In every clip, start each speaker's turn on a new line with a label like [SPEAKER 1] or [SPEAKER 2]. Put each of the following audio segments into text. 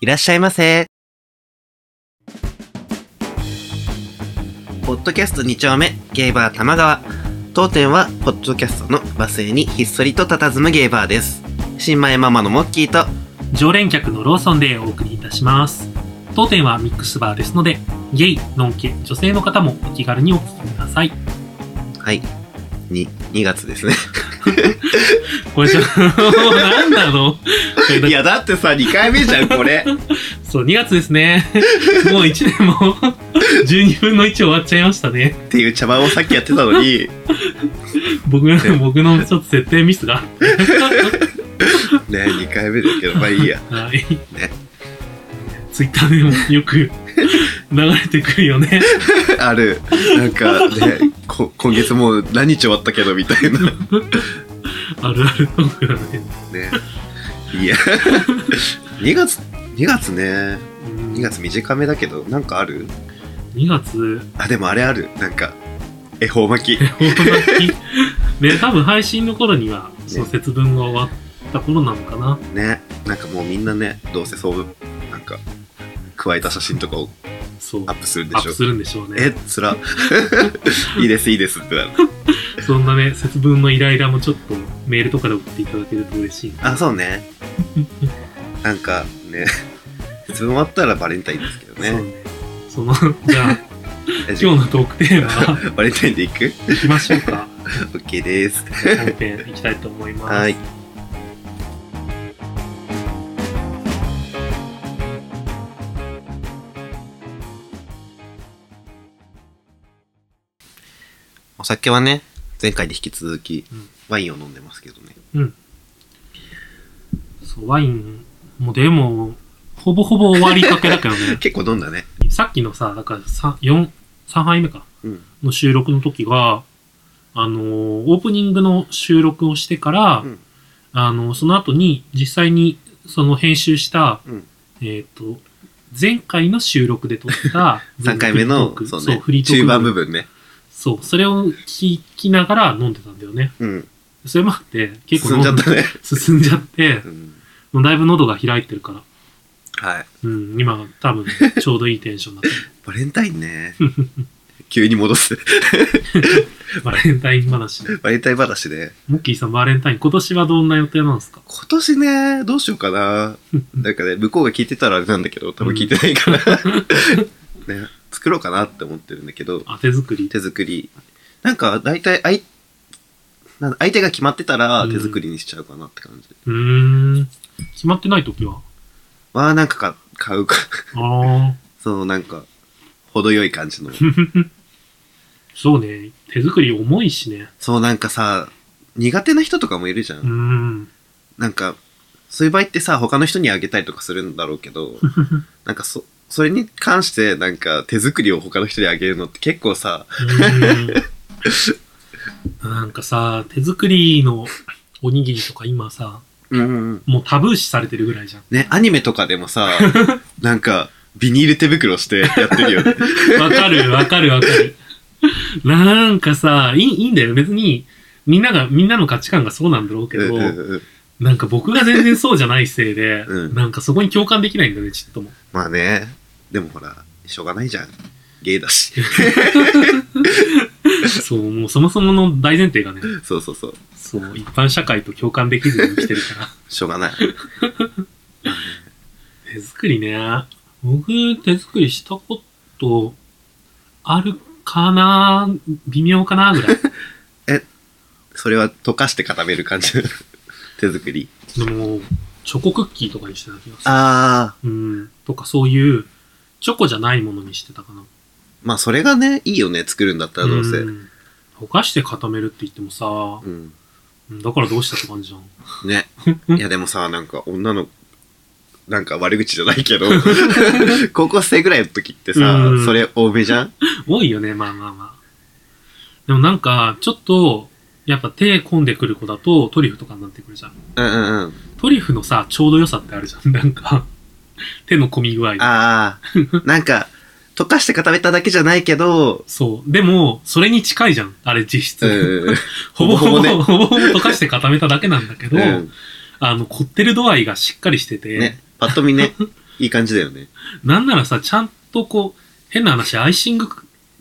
[SPEAKER 1] いらっしゃいませ。ポッドキャスト2丁目、ゲイバー玉川。当店は、ポッドキャストのバス停にひっそりと佇むゲイバーです。新米ママのモッキーと、
[SPEAKER 2] 常連客のローソンでお送りいたします当店はミックスバーですのでゲイ、ノンケ、女性の方もお気軽にお聞きください
[SPEAKER 1] はい、に、2月ですね。
[SPEAKER 2] こ れじゃなんだろう
[SPEAKER 1] いや、だってさ、2回目 じゃん、これ。
[SPEAKER 2] そう2月ですねもう1年も 12分の1終わっちゃいましたね
[SPEAKER 1] っていう茶番をさっきやってたのに、
[SPEAKER 2] 僕の僕のちょっと設定ミスが
[SPEAKER 1] ね、2回目だけど、まあいいや。
[SPEAKER 2] はい、ツイッターでもよ く流れてくるよね
[SPEAKER 1] ある。なんかね、こ今月もう何日終わったけど、みたいな。
[SPEAKER 2] あるあるトークだね
[SPEAKER 1] ね。いや、2月、2月ね。2月短めだけど、なんかある
[SPEAKER 2] 2月
[SPEAKER 1] あ、でもあれある。なんか、恵方巻き。
[SPEAKER 2] ね、多分配信の頃には、その節分が終わった頃なのかな。
[SPEAKER 1] ね。なんかもうみんなね、どうせそう、なんか、加えた写真とかを
[SPEAKER 2] そう。
[SPEAKER 1] アッ
[SPEAKER 2] ア
[SPEAKER 1] プするんで
[SPEAKER 2] ッ
[SPEAKER 1] しょ
[SPEAKER 2] プ。するんでしょう
[SPEAKER 1] え、
[SPEAKER 2] ね。
[SPEAKER 1] つら。 いいです、いいですってなる。
[SPEAKER 2] そんなね、節分のイライラもちょっとメールとかで送っていただけると嬉しいな。
[SPEAKER 1] あ、そうね。 なんかね、質問あったらバレンタインですけど
[SPEAKER 2] そう
[SPEAKER 1] ね。
[SPEAKER 2] ね。その、じゃあ、
[SPEAKER 1] え
[SPEAKER 2] 今日のトークテーマは、
[SPEAKER 1] バレンタインで行く
[SPEAKER 2] 行きましょうか。
[SPEAKER 1] ?OK です。
[SPEAKER 2] 本編行きたいと思います。
[SPEAKER 1] はい。お酒はね、前回に引き続き
[SPEAKER 2] うん
[SPEAKER 1] ワインを飲んでますけどね。。
[SPEAKER 2] そう、ワイン、もうでも、ほぼほぼ終わりかけだけどね
[SPEAKER 1] 結構飲んだね。
[SPEAKER 2] さっきのさ、だからさ4、3杯目か。
[SPEAKER 1] うん。
[SPEAKER 2] の収録の時が、あのーオープニングの収録をしてから、
[SPEAKER 1] うん
[SPEAKER 2] あのーその後に実際にその編集した、
[SPEAKER 1] うん
[SPEAKER 2] えっ、と、前回の収録で撮った
[SPEAKER 1] 3回目の
[SPEAKER 2] フリートーク、
[SPEAKER 1] そうね、
[SPEAKER 2] フリートーク
[SPEAKER 1] 中盤部分ね。
[SPEAKER 2] そう、それを聞きながら飲んでたんだよね。
[SPEAKER 1] うん。
[SPEAKER 2] それもあって、結構
[SPEAKER 1] 進んじゃったね。
[SPEAKER 2] 進んじゃって
[SPEAKER 1] う、ん。
[SPEAKER 2] もうだいぶ喉が開いてるから、
[SPEAKER 1] はい。
[SPEAKER 2] うん、今多分 ちょうどいいテンションだっ
[SPEAKER 1] バレンタイン ね。急に戻す。
[SPEAKER 2] た。バレンタイン話。
[SPEAKER 1] バレンタイン話で、
[SPEAKER 2] モッキーさん、バレンタイン、今年はどんな予定なんですか
[SPEAKER 1] 今年ね、どうしようかな。なんかね、向こうが聞いてたらあれなんだけど、多分聞いてない から。ね、作ろうかなって思ってるんだけど、
[SPEAKER 2] あ手作り。
[SPEAKER 1] 手作り。なんか、大体、あい、なんだ相手が決まってたら
[SPEAKER 2] うん
[SPEAKER 1] 手作りにしちゃうかなって感じ。
[SPEAKER 2] うーん。決まってないときは
[SPEAKER 1] わあ、なんかか買うか。
[SPEAKER 2] ああ。
[SPEAKER 1] そう、なんか、程よい感 じの。
[SPEAKER 2] そうね。手作り重いしね。
[SPEAKER 1] そう、なんかさ、苦手な人とかもいるじゃん。
[SPEAKER 2] うーん。
[SPEAKER 1] なんか、そういう場合ってさ、他の人にあげたりとかするんだろうけど、なんかそ、それに関して、なんか、手作りを他の人にあげるのって結構さ、
[SPEAKER 2] うーんなんかさ、手作りのおにぎりとか今さ、
[SPEAKER 1] うん。
[SPEAKER 2] もうタブー視されてるぐらいじゃん。
[SPEAKER 1] ね、アニメとかでも さ、なんか、ビニール手袋してやってるよ ね。
[SPEAKER 2] わかるわかるわかる。なんかさ、いいいいんだよ。別に、みんなが、みんなの価値観がそうなんだろうけ
[SPEAKER 1] うん
[SPEAKER 2] ど、
[SPEAKER 1] うんうん
[SPEAKER 2] なんか僕が全然そうじゃないせいで、
[SPEAKER 1] うん
[SPEAKER 2] なんかそこに共感できないんだね、ちっとも。
[SPEAKER 1] まあね、でもほら、しょうがないじゃん。ゲイだし。
[SPEAKER 2] そう、もうそもそもの大前提がね、
[SPEAKER 1] そうそうそう。
[SPEAKER 2] そう、一般社会と共感できずに生きてるから。
[SPEAKER 1] しょうがない。
[SPEAKER 2] 手作りね。僕、手作りしたこと、あるかな微妙かなぐらい。
[SPEAKER 1] それは溶かして固める感じ。 手作り。
[SPEAKER 2] でも、チョコクッキーとかにしてた気がする。
[SPEAKER 1] ああ、
[SPEAKER 2] うん。とか、そういう、チョコじゃないものにしてたかな。
[SPEAKER 1] まあそれがね、いいよね、作るんだったらどうせ。
[SPEAKER 2] ん溶かして固めるって言ってもさ、
[SPEAKER 1] うん。
[SPEAKER 2] うんだからどうしたって感じじゃん。
[SPEAKER 1] ね。いやでもさ、なんか女の、なんか悪口じゃない けど、高校生ぐらいの時ってさ、
[SPEAKER 2] うん
[SPEAKER 1] それ多めじゃん
[SPEAKER 2] 多いよね、まあまあまあ。でもなんか、ちょっと、やっぱ手込んでくる子だとトリュフとかになってくるじゃん。
[SPEAKER 1] うんうんうん。
[SPEAKER 2] トリュフのさ、ちょうど良さってあるじゃん。 なんか、手の込み具合で。
[SPEAKER 1] ああ、なんか、溶かして固めただけじゃないけど、
[SPEAKER 2] そう。でも、それに近いじゃん。あれ実質。
[SPEAKER 1] うん。
[SPEAKER 2] ほぼほぼ、
[SPEAKER 1] ほぼほぼね
[SPEAKER 2] ほぼほぼ溶かして固めただけなんだけど、
[SPEAKER 1] うん
[SPEAKER 2] あの、こってる度合いがしっかりしてて、
[SPEAKER 1] ね、パッと見ね、いい感じだよね。
[SPEAKER 2] なんならさ、ちゃんとこう、変な話、アイシング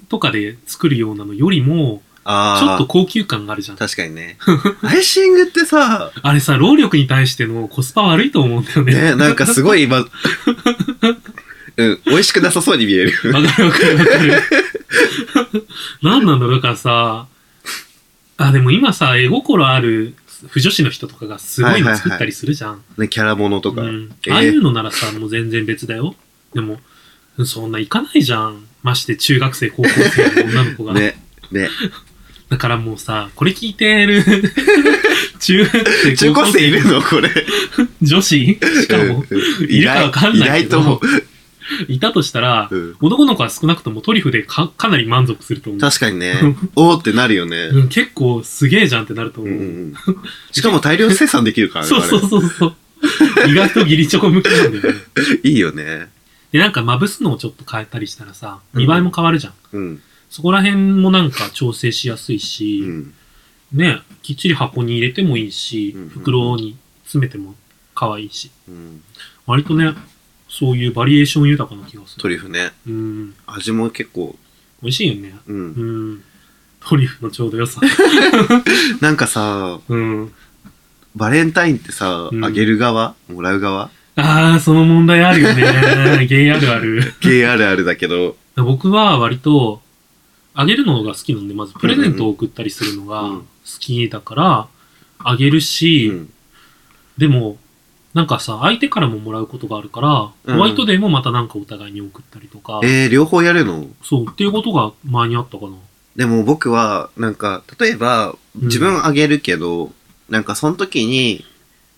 [SPEAKER 2] とかで作るようなのよりも、
[SPEAKER 1] あ
[SPEAKER 2] ち
[SPEAKER 1] ー
[SPEAKER 2] ょっと高級感があるじゃん。
[SPEAKER 1] 確かにね。アイシングってさ、
[SPEAKER 2] あれさ、労力に対してのコスパ悪いと思うんだよね。
[SPEAKER 1] ね、なんかすごい今、うん、美味しくなさそうに見える。
[SPEAKER 2] わかるわかるわかる。なんなんだろうだからさ、あ、でも今さ、絵心ある不女子の人とかがすごいの作ったりするじゃん。
[SPEAKER 1] ね、キャラものとか。
[SPEAKER 2] うん
[SPEAKER 1] えー
[SPEAKER 2] ああいうのならさ、もう全然別だよ。でも、そんないかないじゃん。まして中学生、高校生の女の子 が。
[SPEAKER 1] ね、ね。
[SPEAKER 2] だからもうさ、これ聞いてる中学生、
[SPEAKER 1] 中高生いるのこれ。
[SPEAKER 2] 女子しかも、
[SPEAKER 1] うん
[SPEAKER 2] いるかわかん
[SPEAKER 1] い
[SPEAKER 2] な
[SPEAKER 1] ない
[SPEAKER 2] け
[SPEAKER 1] い
[SPEAKER 2] ど
[SPEAKER 1] と思う。
[SPEAKER 2] いたとしたら、
[SPEAKER 1] うん
[SPEAKER 2] 男の子は少なくともトリュフでかかなり満足すると思う。
[SPEAKER 1] 確かにね、おーってなるよね。
[SPEAKER 2] うん、結構すげえじゃんってなると
[SPEAKER 1] う
[SPEAKER 2] 思
[SPEAKER 1] ん
[SPEAKER 2] う。
[SPEAKER 1] うんうんしかも大量生産できるからね。
[SPEAKER 2] そうそうそうそう。意外と義理チョコ向きなんだよね。
[SPEAKER 1] あれいいよね。
[SPEAKER 2] で、なんかまぶすのをちょっと変えたりしたらさ、
[SPEAKER 1] うん
[SPEAKER 2] 見栄えも変わるじゃん。
[SPEAKER 1] うん。
[SPEAKER 2] そこら辺もなんか調整しやすいうし、
[SPEAKER 1] ん。
[SPEAKER 2] ね、きっちり箱に入れてもいいし
[SPEAKER 1] うんうん、
[SPEAKER 2] 袋に詰めても可愛いし、
[SPEAKER 1] うん
[SPEAKER 2] 割とね、そういうバリエーション豊かな気がす
[SPEAKER 1] ト
[SPEAKER 2] る。
[SPEAKER 1] リュフね。
[SPEAKER 2] うん、
[SPEAKER 1] 味も結構、
[SPEAKER 2] 美味しいよね。
[SPEAKER 1] う。
[SPEAKER 2] うんん。トリュフのちょうど良さ。
[SPEAKER 1] なんかさ、
[SPEAKER 2] うん。
[SPEAKER 1] バレンタインってさ、
[SPEAKER 2] うん
[SPEAKER 1] あげる側もらう側
[SPEAKER 2] ああ、その問題あるよね。ゲイあるある。
[SPEAKER 1] ゲイあるあるだけど、
[SPEAKER 2] 僕は割と、あげるのが好きなんで、まずプレゼントを送ったりするのが
[SPEAKER 1] うん
[SPEAKER 2] 好きだから、あげるし、
[SPEAKER 1] うん
[SPEAKER 2] でも、なんかさ、相手からももらうことがあるから、
[SPEAKER 1] うん
[SPEAKER 2] ホワイトデーもまたなんかお互いに送ったりとか、
[SPEAKER 1] えー、両方やるの
[SPEAKER 2] そう、っていうことが前にあったかな。
[SPEAKER 1] でも僕は、なんか、例えば、
[SPEAKER 2] ん
[SPEAKER 1] 自分あげるけど、なんかその時に、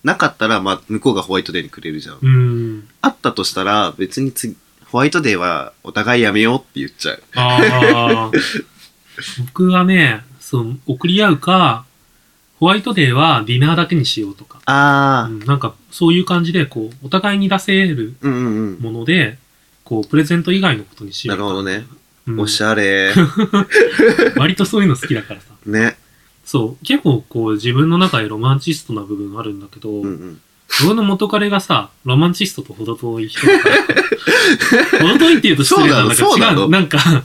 [SPEAKER 1] なかったら、まあ、向こうがホワイトデーにくれるじゃん。
[SPEAKER 2] うーん。
[SPEAKER 1] あったとしたら、別に次、ホワイトデーはお互いやめようって言っちゃう。
[SPEAKER 2] ああ。 僕はね、その、送り合うか、ホワイトデーはディナーだけにしようとか、う
[SPEAKER 1] あ
[SPEAKER 2] んなんかそういう感じで、こう、お互いに出せる
[SPEAKER 1] あ、うんうんうん。
[SPEAKER 2] もので、こう、プレゼント以外のことにしよ
[SPEAKER 1] な
[SPEAKER 2] う
[SPEAKER 1] るほどね。
[SPEAKER 2] うん
[SPEAKER 1] おしゃれ。
[SPEAKER 2] 割とそういうの好きだからさ。
[SPEAKER 1] ね。
[SPEAKER 2] そう。結構こう、自分の中でロマンチストな部分あるんだけど、
[SPEAKER 1] うんうん。
[SPEAKER 2] 僕の元彼がさ、ロマンチストと程遠い人だから。 程遠いって言うと失礼なんだけど、
[SPEAKER 1] そうなのそうなの
[SPEAKER 2] 違う、なんか、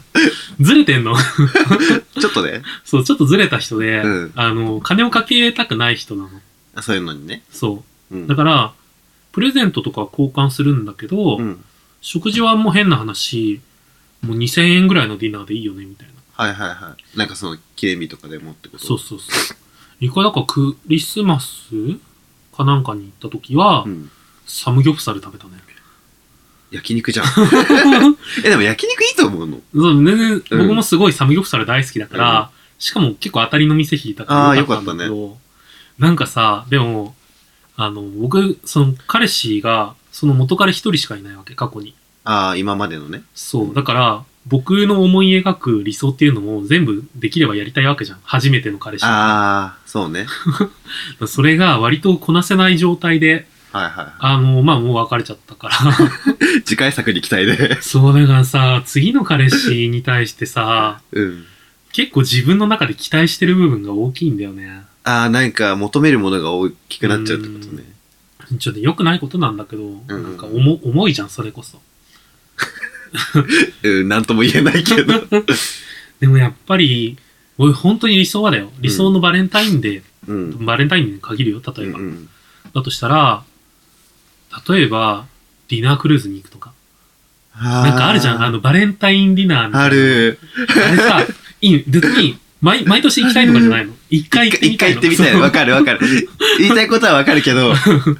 [SPEAKER 2] ずれてんの。
[SPEAKER 1] ちょっとね、
[SPEAKER 2] そう、ちょっとずれた人で、
[SPEAKER 1] うん
[SPEAKER 2] あの、金をかけたくない人なの。
[SPEAKER 1] そういうのにね。
[SPEAKER 2] そうう。
[SPEAKER 1] ん
[SPEAKER 2] だ。から、プレゼントとかは交換するんだけど、
[SPEAKER 1] うん。
[SPEAKER 2] 食事はもう変な話、もう2000円ぐらいのディナーでいいよね、みたいな。
[SPEAKER 1] はいはいはい。なんかその、記念日とかでもってこと
[SPEAKER 2] そうそうそう。一回だからクリスマスかなんかに行った時は、
[SPEAKER 1] うん。
[SPEAKER 2] サムギョプサル食べ たね。
[SPEAKER 1] 焼肉じゃん。 え、でも焼肉いいと思うの。
[SPEAKER 2] そう全然、
[SPEAKER 1] うん
[SPEAKER 2] 僕もすごいサムギョプサル大好きだから、しかも結構当たりの店引いたから
[SPEAKER 1] あー
[SPEAKER 2] んだけどなんかさ、でも、あの、僕、その彼氏が、その元彼一人しかいないわけ、過去に。
[SPEAKER 1] ああ、今までのね。
[SPEAKER 2] そう。だから、僕の思い描く理想っていうのも全部できればやりたいわけじゃん。初めての彼氏。
[SPEAKER 1] ああ、そうね。
[SPEAKER 2] それが割とこなせない状態で、
[SPEAKER 1] はいはいは
[SPEAKER 2] あの、まあもう別れちゃった から。
[SPEAKER 1] い。次回作に期待で。
[SPEAKER 2] そう、だからさ、次の彼氏に対してさ、
[SPEAKER 1] うん。
[SPEAKER 2] 結構自分の中で期待してる部分が大きいんだよね。
[SPEAKER 1] ああ、なんか求めるものが大きくなっちゃうってことね。
[SPEAKER 2] ちょっと良くないことなんだけど、
[SPEAKER 1] うん
[SPEAKER 2] なんか重重いじゃん、それこそ。
[SPEAKER 1] うん、なんとも言えないけ ど。
[SPEAKER 2] でもやっぱり、俺本当に理想はだよ。理想のバレンタインデ
[SPEAKER 1] う
[SPEAKER 2] ー、
[SPEAKER 1] ん。
[SPEAKER 2] バレンタインに限るよ、
[SPEAKER 1] う
[SPEAKER 2] 例え
[SPEAKER 1] ん
[SPEAKER 2] ば。
[SPEAKER 1] うん。
[SPEAKER 2] だとしたら、例えば、ディナークルーズに行くとか。なんかあるじゃん、あ
[SPEAKER 1] の。
[SPEAKER 2] の、バレンタインディナーみたいな
[SPEAKER 1] あ。る。
[SPEAKER 2] あれさ、いい、別に、毎、毎年行きたいとかじゃないの。一回行って
[SPEAKER 1] 一
[SPEAKER 2] みた
[SPEAKER 1] 回
[SPEAKER 2] い
[SPEAKER 1] 行
[SPEAKER 2] の。
[SPEAKER 1] ってみたい。わかるわか る。言いたいことはわかるけど、
[SPEAKER 2] そう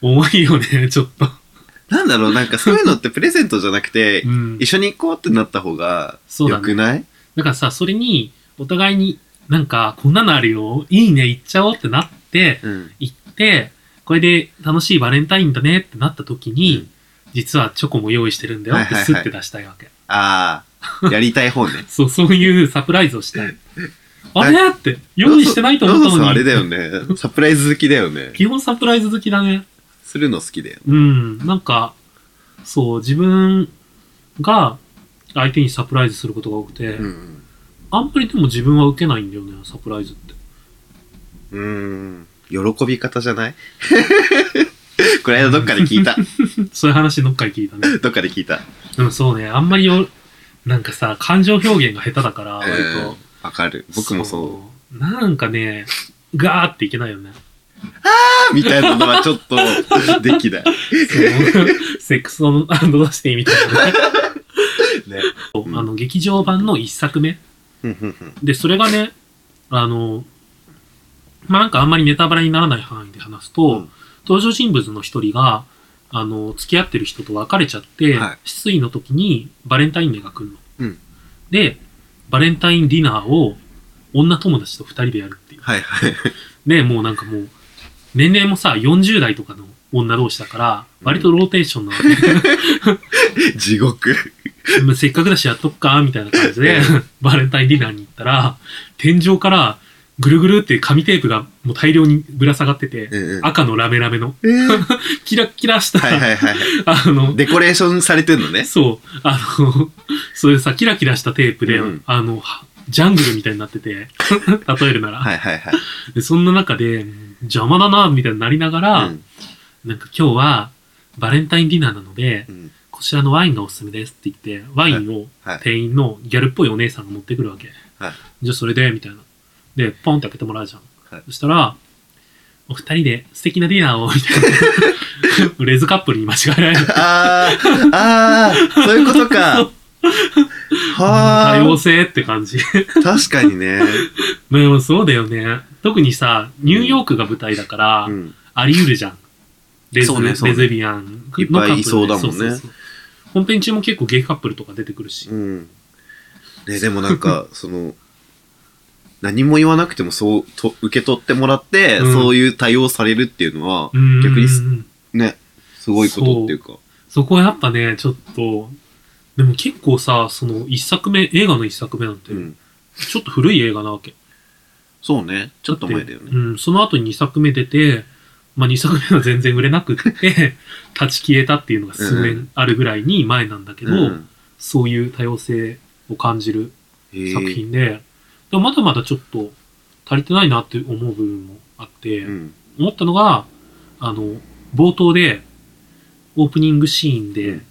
[SPEAKER 2] 重いよね、ちょっと。
[SPEAKER 1] なんだろう、なんかそういうのってプレゼントじゃなくて
[SPEAKER 2] う、ん
[SPEAKER 1] 一。緒に行こうってなった方が、
[SPEAKER 2] そうだ
[SPEAKER 1] よ
[SPEAKER 2] ね。
[SPEAKER 1] くない
[SPEAKER 2] だからさ、それに、お互いに、なんか、こんなのあるよ、いいね、行っちゃおうってなって、
[SPEAKER 1] うん。
[SPEAKER 2] 行って、これで楽しいバレンタインだねってなった時に、
[SPEAKER 1] うん
[SPEAKER 2] 実はチョコも用意してるんだよって
[SPEAKER 1] はいはいはい
[SPEAKER 2] スッて出したいわけ。。
[SPEAKER 1] ああ、やりたい方ね
[SPEAKER 2] そう、そういうサプライズをしたい。あれって、 用意してないと思った
[SPEAKER 1] ローソンあ
[SPEAKER 2] の
[SPEAKER 1] れだ
[SPEAKER 2] に。
[SPEAKER 1] よね。サプライズ好きだよね。
[SPEAKER 2] 基本サプライズ好きだね。
[SPEAKER 1] するの好きだよ。
[SPEAKER 2] うん、なんか、そう、自分が相手にサプライズすることが多くて、
[SPEAKER 1] うん。
[SPEAKER 2] あんまりでも自分は受けないんだよね、サプライズって。
[SPEAKER 1] うーん。喜び方じゃないこの間どっかで聞いた。
[SPEAKER 2] そういう話どっかで聞いた ね。
[SPEAKER 1] どっかで聞いた。
[SPEAKER 2] でもそうね、あんまりよ、なんかさ、感情表現が下手だから、割
[SPEAKER 1] うん
[SPEAKER 2] と。
[SPEAKER 1] わかる。僕もそう。
[SPEAKER 2] う。なんかね、ガーっていけないよね。
[SPEAKER 1] あーみたいなのはちょっと できない。
[SPEAKER 2] そう セックスのアンドダシティみたいな ね。
[SPEAKER 1] ね。
[SPEAKER 2] あの、劇場版の一作目。
[SPEAKER 1] うんうんうん
[SPEAKER 2] で、それがね、あの、まあ、なんかあんまりネタバレにならない範囲で話すと、
[SPEAKER 1] うん
[SPEAKER 2] 登場人物の一人が、あの、付き合ってる人と別れちゃって、
[SPEAKER 1] はい
[SPEAKER 2] 失意の時にバレンタインデーが来るの。
[SPEAKER 1] うん
[SPEAKER 2] で、バレンタインディナーを女友達と二人でやるっていう。
[SPEAKER 1] はいはい。
[SPEAKER 2] で、もうなんかもう、年齢もさ、40代とかの女同士だから、割とローテーションなわけ。
[SPEAKER 1] 地獄。
[SPEAKER 2] まあせっかくだしやっとくか、みたいな感じで、バレンタインディナーに行ったら、天井からぐるぐるって紙テープがもう大量にぶら下がってて、
[SPEAKER 1] うんうん
[SPEAKER 2] 赤のラメラメの、
[SPEAKER 1] えー
[SPEAKER 2] キラッキラした、
[SPEAKER 1] はいはいはい。
[SPEAKER 2] あの、
[SPEAKER 1] デコレーションされてんのね。
[SPEAKER 2] そう、あの、そういうさ、キラキラしたテープで、
[SPEAKER 1] うん
[SPEAKER 2] あの、はジャングルみたいになってて、例えるなら、
[SPEAKER 1] はいはいはい。
[SPEAKER 2] で。そんな中で、邪魔だな、みたいになりながら、
[SPEAKER 1] うん
[SPEAKER 2] なんか今日は、バレンタインディナーなので、
[SPEAKER 1] うん
[SPEAKER 2] こちらのワインがおすすめですって言って、ワインを
[SPEAKER 1] はい
[SPEAKER 2] 店員のギャルっぽいお姉さんが持ってくるわけ。
[SPEAKER 1] はい
[SPEAKER 2] じゃあそれで、みたいな。で、ポンって開けてもらうじゃん。
[SPEAKER 1] はい
[SPEAKER 2] そしたら、お二人で素敵なディナーを、みたいな。 レズカップルに間違えられる。
[SPEAKER 1] あー、あー、そういうこと か。
[SPEAKER 2] 多様
[SPEAKER 1] は
[SPEAKER 2] 性って感じ。
[SPEAKER 1] あ、確かにね。
[SPEAKER 2] でもそうだよね。特にさ、ニューヨークが舞台だから、
[SPEAKER 1] うん。
[SPEAKER 2] あり得るじゃん。レズ
[SPEAKER 1] そうねそうね
[SPEAKER 2] レズビアンのカップルで
[SPEAKER 1] いっぱいいそうだもんね
[SPEAKER 2] そうそうそう本編中も結構ゲイカップルとか出てくるし。
[SPEAKER 1] うん。ね、でもなんか、 その、何も言わなくてもそう、と受け取ってもらって、
[SPEAKER 2] うん
[SPEAKER 1] そういう対応されるっていうのは、
[SPEAKER 2] うん
[SPEAKER 1] 逆にすね、すごいことっていうか。
[SPEAKER 2] そこはやっぱね、ちょっと、でも結構さ、その一作目、映画の一作目なんて、
[SPEAKER 1] うん。
[SPEAKER 2] ちょっと古い映画なわけ。
[SPEAKER 1] そうね。ちょっと前だよ
[SPEAKER 2] で
[SPEAKER 1] ね。
[SPEAKER 2] うん、その後に二作目出て、まあ二作目は全然売れなくって、 立ち消えたっていうのが数
[SPEAKER 1] う
[SPEAKER 2] 年あるぐらいに前なんだけど、
[SPEAKER 1] うん
[SPEAKER 2] そういう多様性を感じる
[SPEAKER 1] へえ
[SPEAKER 2] 作品で、でもまだまだちょっと足りてないなって思う部分もあって、
[SPEAKER 1] うん。
[SPEAKER 2] 思ったのが、あの、冒頭で、オープニングシーン
[SPEAKER 1] う
[SPEAKER 2] で
[SPEAKER 1] ん、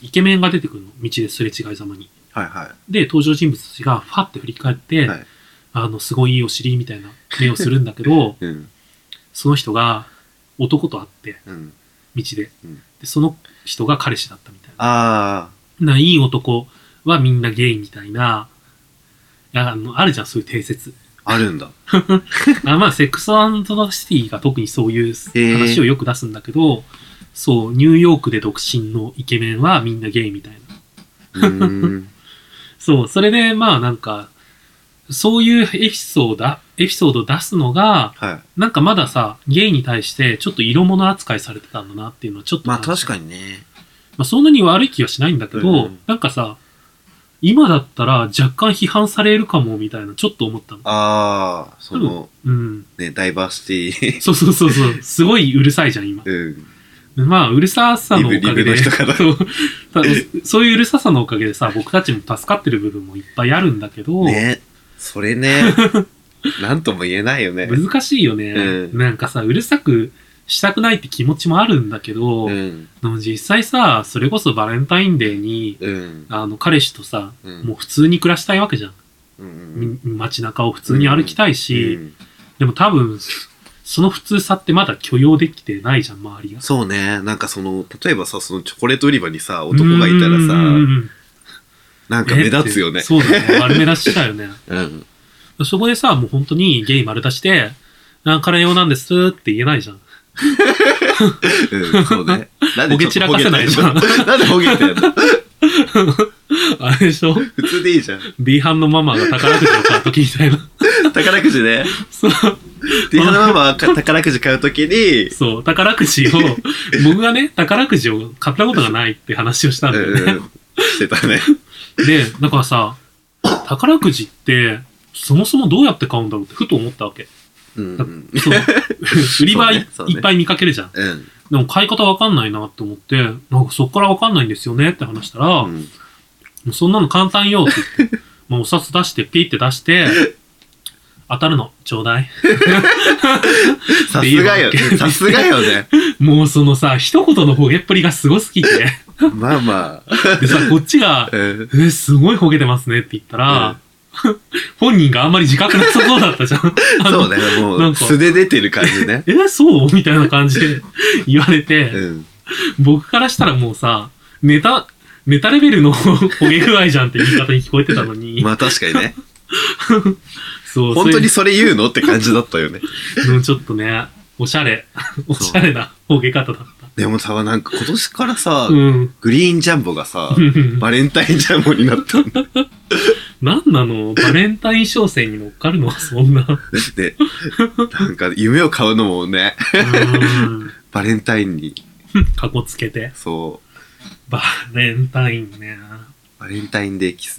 [SPEAKER 2] イケメンが出てくるの、道ですれ違いざまに。
[SPEAKER 1] はいは
[SPEAKER 2] で、登場人物たちがファって振り返って、
[SPEAKER 1] はい
[SPEAKER 2] あの、すごいいいお尻みたいな目をするんだけど
[SPEAKER 1] 、い。うん。
[SPEAKER 2] その人が男と会って、
[SPEAKER 1] うん。
[SPEAKER 2] 道で
[SPEAKER 1] うん。
[SPEAKER 2] で、その人が彼氏だったみたいな。
[SPEAKER 1] あ
[SPEAKER 2] ないい男はみんなゲイみたいな、いやあのあるじゃん、そういう定説。
[SPEAKER 1] あ、あるん だ。
[SPEAKER 2] あまあ、セックスアンドザシティが特にそういう
[SPEAKER 1] ー
[SPEAKER 2] 話をよく出すんだけど、そう、ニューヨークで独身のイケメンはみんなゲイみたいな。
[SPEAKER 1] うーん。
[SPEAKER 2] そう、それでまあなんか、そういうエピソード、エピソードを出すのが、
[SPEAKER 1] はい。
[SPEAKER 2] なんかまださ、ゲイに対してちょっと色物扱いされてたんだなっていうのはちょっと
[SPEAKER 1] まあ
[SPEAKER 2] 感じた。
[SPEAKER 1] 確かにね。
[SPEAKER 2] まあそんなに悪い気はしないんだけど、
[SPEAKER 1] うん
[SPEAKER 2] なんかさ、今だったら若干批判されるかもみたいな、ちょっと思ったの。
[SPEAKER 1] ああ、その、
[SPEAKER 2] うん。
[SPEAKER 1] ね、ダイバーシティ。
[SPEAKER 2] そうそうそうそう。すごいうるさいじゃん、今。
[SPEAKER 1] うん。
[SPEAKER 2] まあ、うるささのおかげ
[SPEAKER 1] リブリブの
[SPEAKER 2] で、
[SPEAKER 1] 人から
[SPEAKER 2] そうたそういううるささのおかげでさ、僕たちも助かってる部分もいっぱいあるんだけど、
[SPEAKER 1] ね。それね。 なんとも言えないよね。
[SPEAKER 2] 難しいよね、
[SPEAKER 1] うん
[SPEAKER 2] なんかさ、うるさくしたくないって気持ちもあるんだけど、
[SPEAKER 1] う
[SPEAKER 2] で
[SPEAKER 1] ん。
[SPEAKER 2] も実際さ、それこそバレンタインデーに、
[SPEAKER 1] うん。
[SPEAKER 2] あの、彼氏とさ、
[SPEAKER 1] うん
[SPEAKER 2] もう普通に暮らしたいわけじゃん。
[SPEAKER 1] うん。
[SPEAKER 2] み街中を普通に歩きたいし、
[SPEAKER 1] うん
[SPEAKER 2] でも多分、その普通さってまだ許容できてないじゃん、周りが。
[SPEAKER 1] そうね。なんかその、例えばさ、そのチョコレート売り場にさ、男がいたらさ、
[SPEAKER 2] うんうんうん
[SPEAKER 1] なんか目立つよね。
[SPEAKER 2] そうだね。丸目出しだ よね。
[SPEAKER 1] うん。
[SPEAKER 2] そこでさ、もう本当にゲイ丸出して、あカレー用なんですって言えないじゃん。
[SPEAKER 1] うん、そう ね。なんで
[SPEAKER 2] ほげ散らかせないじゃん
[SPEAKER 1] ちょっとほげてんのなん でほげてんの
[SPEAKER 2] あれでしょ
[SPEAKER 1] 普通でいいじゃん。
[SPEAKER 2] ?B 班のママが宝くじを買うときみたい な。
[SPEAKER 1] 宝くじね。
[SPEAKER 2] そう。
[SPEAKER 1] で、花ママ はか宝くじ買うときに、
[SPEAKER 2] そう、宝くじを、僕がね、宝くじを買ったことがないって話をしたんだよ
[SPEAKER 1] う
[SPEAKER 2] ね。
[SPEAKER 1] ん、してたね。
[SPEAKER 2] で、だからさ、宝くじって、そもそもどうやって買うんだろうってふと思ったわけ。
[SPEAKER 1] うん。
[SPEAKER 2] そう売り場い,、
[SPEAKER 1] そうねそうね
[SPEAKER 2] っぱい見かけるじゃん。
[SPEAKER 1] うん。
[SPEAKER 2] でも買い方わかんないなって思って、なんかそっからわかんないんですよねって話したら、
[SPEAKER 1] う
[SPEAKER 2] も
[SPEAKER 1] ん
[SPEAKER 2] うそんなの簡単よって言って、まあお札出して、ピーって出して、当たるの、ちょうだい。
[SPEAKER 1] さすがよね。さすがよね。
[SPEAKER 2] もうそのさ、一言のほげっぷりがすごすぎて。
[SPEAKER 1] まあまあ。
[SPEAKER 2] でさ、 こっちが、
[SPEAKER 1] うん
[SPEAKER 2] えーすごいほげてますねって言ったら、 本人があんまり自覚なさそうだったじゃん。あの
[SPEAKER 1] そうね。も
[SPEAKER 2] なん
[SPEAKER 1] う、
[SPEAKER 2] か
[SPEAKER 1] 素で出てる感じ ね。
[SPEAKER 2] えーそうみたいな感じで言われて、
[SPEAKER 1] うん。
[SPEAKER 2] 僕からしたらもうさ、ネタ、ネタレベルのほげ具合じゃんって言い方に聞こえてたのに、
[SPEAKER 1] まあ確かに ね。
[SPEAKER 2] そう、
[SPEAKER 1] 本当に
[SPEAKER 2] そ
[SPEAKER 1] それ言うのって感じだったよ ね。
[SPEAKER 2] ういうのちょっとね、おしゃれ、おしゃれなほげ方だっ
[SPEAKER 1] でもさ、なんか今年から
[SPEAKER 2] た。
[SPEAKER 1] さ
[SPEAKER 2] う、ん。
[SPEAKER 1] グリーンジャンボがさ、バレンタインジャンボになったん だ
[SPEAKER 2] なんなのバレンタイン商戦に乗っかるのはそんな。
[SPEAKER 1] って。なんか夢を買うのもね、
[SPEAKER 2] うん。
[SPEAKER 1] バレンタインに、
[SPEAKER 2] かこつけて。
[SPEAKER 1] そ
[SPEAKER 2] バレンタインね。
[SPEAKER 1] う、バレンタインデーキス。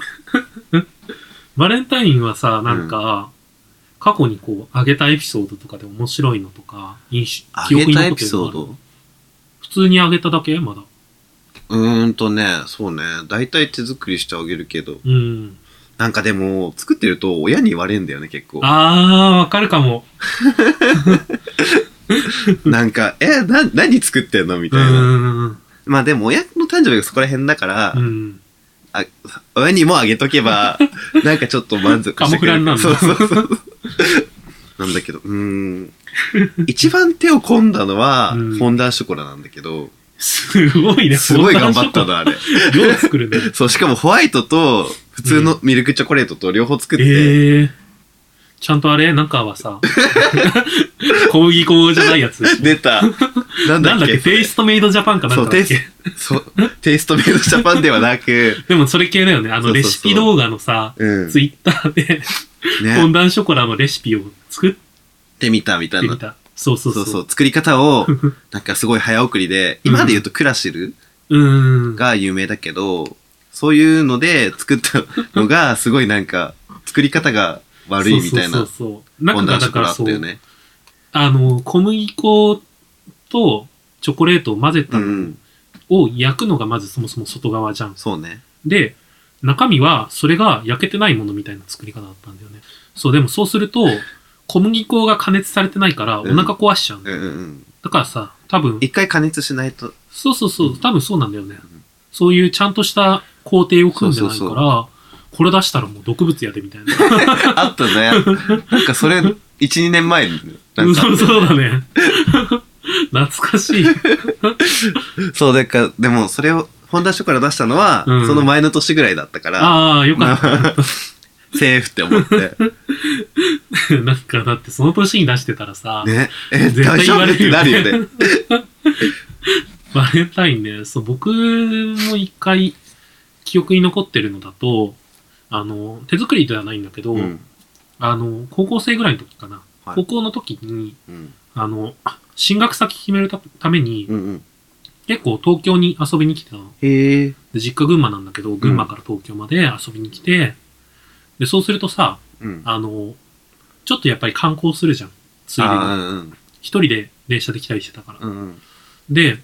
[SPEAKER 2] バレンタインはさ、なんか、過去にこう、あげたエピソードとかで面白いのとか、印象、
[SPEAKER 1] あ
[SPEAKER 2] 記憶
[SPEAKER 1] げ
[SPEAKER 2] に
[SPEAKER 1] たエ
[SPEAKER 2] 残っ
[SPEAKER 1] ピ
[SPEAKER 2] てるの
[SPEAKER 1] ソ
[SPEAKER 2] あ
[SPEAKER 1] ー
[SPEAKER 2] る
[SPEAKER 1] ド
[SPEAKER 2] 普通にあげただけまだ。
[SPEAKER 1] うーんとね、そうね。大体手作りしてあげるけど。
[SPEAKER 2] うん。
[SPEAKER 1] なんかでも、作ってると親に言われるんだよね、結構。
[SPEAKER 2] あー、わかるかも。
[SPEAKER 1] なんか、え、な、何作ってんのみ
[SPEAKER 2] う
[SPEAKER 1] たいな。
[SPEAKER 2] ん。
[SPEAKER 1] まあでも、親の誕生日がそこら辺だから、
[SPEAKER 2] うん。
[SPEAKER 1] あ親にもあげとけば、 なんかちょっと満足してくれる。
[SPEAKER 2] カモフラになるんだ
[SPEAKER 1] そうそうそう。なんだけど、うー ん。一番手を込んだのは、
[SPEAKER 2] うん
[SPEAKER 1] フォンダンショコラなんだけど、
[SPEAKER 2] すごいね。
[SPEAKER 1] すごい頑張った。な、あれ。
[SPEAKER 2] 量作るね。
[SPEAKER 1] そう、しかもホワイトと、普通のミルクチョコレートと両方作って、
[SPEAKER 2] ええー。ちゃんとあれなんかはさ、小麦粉じゃないやつ。
[SPEAKER 1] 出た。なん
[SPEAKER 2] な
[SPEAKER 1] だ
[SPEAKER 2] ん
[SPEAKER 1] っ
[SPEAKER 2] だっ
[SPEAKER 1] け
[SPEAKER 2] けテイストメイドジャパンかなんか
[SPEAKER 1] そ
[SPEAKER 2] だ
[SPEAKER 1] う、
[SPEAKER 2] っ
[SPEAKER 1] テ
[SPEAKER 2] け
[SPEAKER 1] イスト、そう、テイストメイドジャパンではなく、
[SPEAKER 2] でもそれ系だよね。あ
[SPEAKER 1] そうそうそ
[SPEAKER 2] の
[SPEAKER 1] う
[SPEAKER 2] レシピ動画のさ、
[SPEAKER 1] うん。
[SPEAKER 2] ツイッターで、フォン
[SPEAKER 1] ね、
[SPEAKER 2] ダンショコラのレシピを作っ
[SPEAKER 1] で見たみた
[SPEAKER 2] て
[SPEAKER 1] い
[SPEAKER 2] み
[SPEAKER 1] な。
[SPEAKER 2] た。そうそう
[SPEAKER 1] そ
[SPEAKER 2] そうう。
[SPEAKER 1] そうう、作り方を、なんかすごい早送りで、今で言うとクラシル
[SPEAKER 2] ーん。
[SPEAKER 1] が有名だけど、そういうので作 ったのが、すごいなんか、作り方が悪いみたい
[SPEAKER 2] そう
[SPEAKER 1] な、
[SPEAKER 2] そうそう。中
[SPEAKER 1] 温
[SPEAKER 2] が
[SPEAKER 1] 暖
[SPEAKER 2] だ
[SPEAKER 1] 色
[SPEAKER 2] か
[SPEAKER 1] があ
[SPEAKER 2] ら
[SPEAKER 1] った
[SPEAKER 2] そう、
[SPEAKER 1] よね。
[SPEAKER 2] あの、小麦粉とチョコレートを混ぜ
[SPEAKER 1] う
[SPEAKER 2] た
[SPEAKER 1] んう
[SPEAKER 2] の
[SPEAKER 1] ん、
[SPEAKER 2] を焼くのがまずそもそも外側じゃん。
[SPEAKER 1] そうね。
[SPEAKER 2] で、中身はそれが焼けてないものみたいな作り方だったんだよね。そう、でもそうすると、小麦粉が加熱されてないからお
[SPEAKER 1] うん
[SPEAKER 2] 腹壊しちゃうの、
[SPEAKER 1] うんうんうん。
[SPEAKER 2] だからさ、多分、
[SPEAKER 1] 一回加熱しないと、
[SPEAKER 2] そうそうそう、多分そうなんだよね
[SPEAKER 1] ん。
[SPEAKER 2] そういうちゃんとした工程を組んでないから、
[SPEAKER 1] そうそう
[SPEAKER 2] これ出したらもう毒物やでみたいな。
[SPEAKER 1] あったね。なんかそれ、1、2年前に、なんか
[SPEAKER 2] そうそうだね。 懐 かしい。
[SPEAKER 1] そう、だから、でもそれを、ホンダショコラ出したのは、
[SPEAKER 2] うん
[SPEAKER 1] その前の年ぐらいだったから、
[SPEAKER 2] ああ、よかった。
[SPEAKER 1] セーフって思って。
[SPEAKER 2] なんかだってその年に出してたらさ、
[SPEAKER 1] ね。え、
[SPEAKER 2] 絶
[SPEAKER 1] 大
[SPEAKER 2] 対言
[SPEAKER 1] 丈
[SPEAKER 2] わ
[SPEAKER 1] 夫
[SPEAKER 2] れ
[SPEAKER 1] っ
[SPEAKER 2] る
[SPEAKER 1] て
[SPEAKER 2] よ
[SPEAKER 1] な
[SPEAKER 2] ね
[SPEAKER 1] るよね。
[SPEAKER 2] バレンタインね、そう、僕も一回記憶に残ってるのだと、あの、手作りではないんだけど、
[SPEAKER 1] うん。
[SPEAKER 2] あの、高校生ぐらいの時かな。
[SPEAKER 1] はい
[SPEAKER 2] 高校の時に、
[SPEAKER 1] うん。
[SPEAKER 2] あの、進学先決めるたために、
[SPEAKER 1] うんうん。
[SPEAKER 2] 結構東京に遊びに来てたの。
[SPEAKER 1] へえ。
[SPEAKER 2] で実家群馬なんだけど、群馬から東京まで遊びに来て、で、そうするとさ、
[SPEAKER 1] うん。
[SPEAKER 2] あの、ちょっとやっぱり観光するじゃん。ついでに
[SPEAKER 1] あーうん
[SPEAKER 2] 一人で電車で来たりしてたから。
[SPEAKER 1] うん。うんうん。
[SPEAKER 2] で、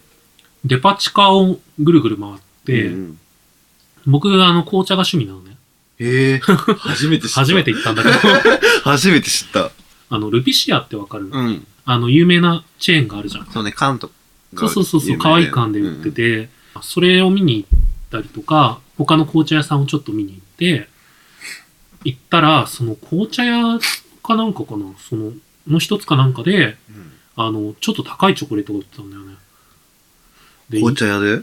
[SPEAKER 2] デパ地下をぐるぐる回って、
[SPEAKER 1] うんうん
[SPEAKER 2] 僕、あの、紅茶が趣味なのね。
[SPEAKER 1] へえ。初めて知った。
[SPEAKER 2] 初めて行ったんだけど、
[SPEAKER 1] 初めて知った。
[SPEAKER 2] あの、ルピシアってわかる、
[SPEAKER 1] うん。
[SPEAKER 2] あの、有名なチェーンがあるじゃん。
[SPEAKER 1] そうね、缶とか
[SPEAKER 2] そうそうそうそう、可愛い缶で売って
[SPEAKER 1] て。
[SPEAKER 2] て、それを見に行ったりとか、他の紅茶屋さんをちょっと見に行って、行ったら、その紅茶屋かなんかかな、その、の一つかなんかで、
[SPEAKER 1] うん
[SPEAKER 2] あの、ちょっと高いチョコレートが売ってたんだよね。で
[SPEAKER 1] 紅茶屋で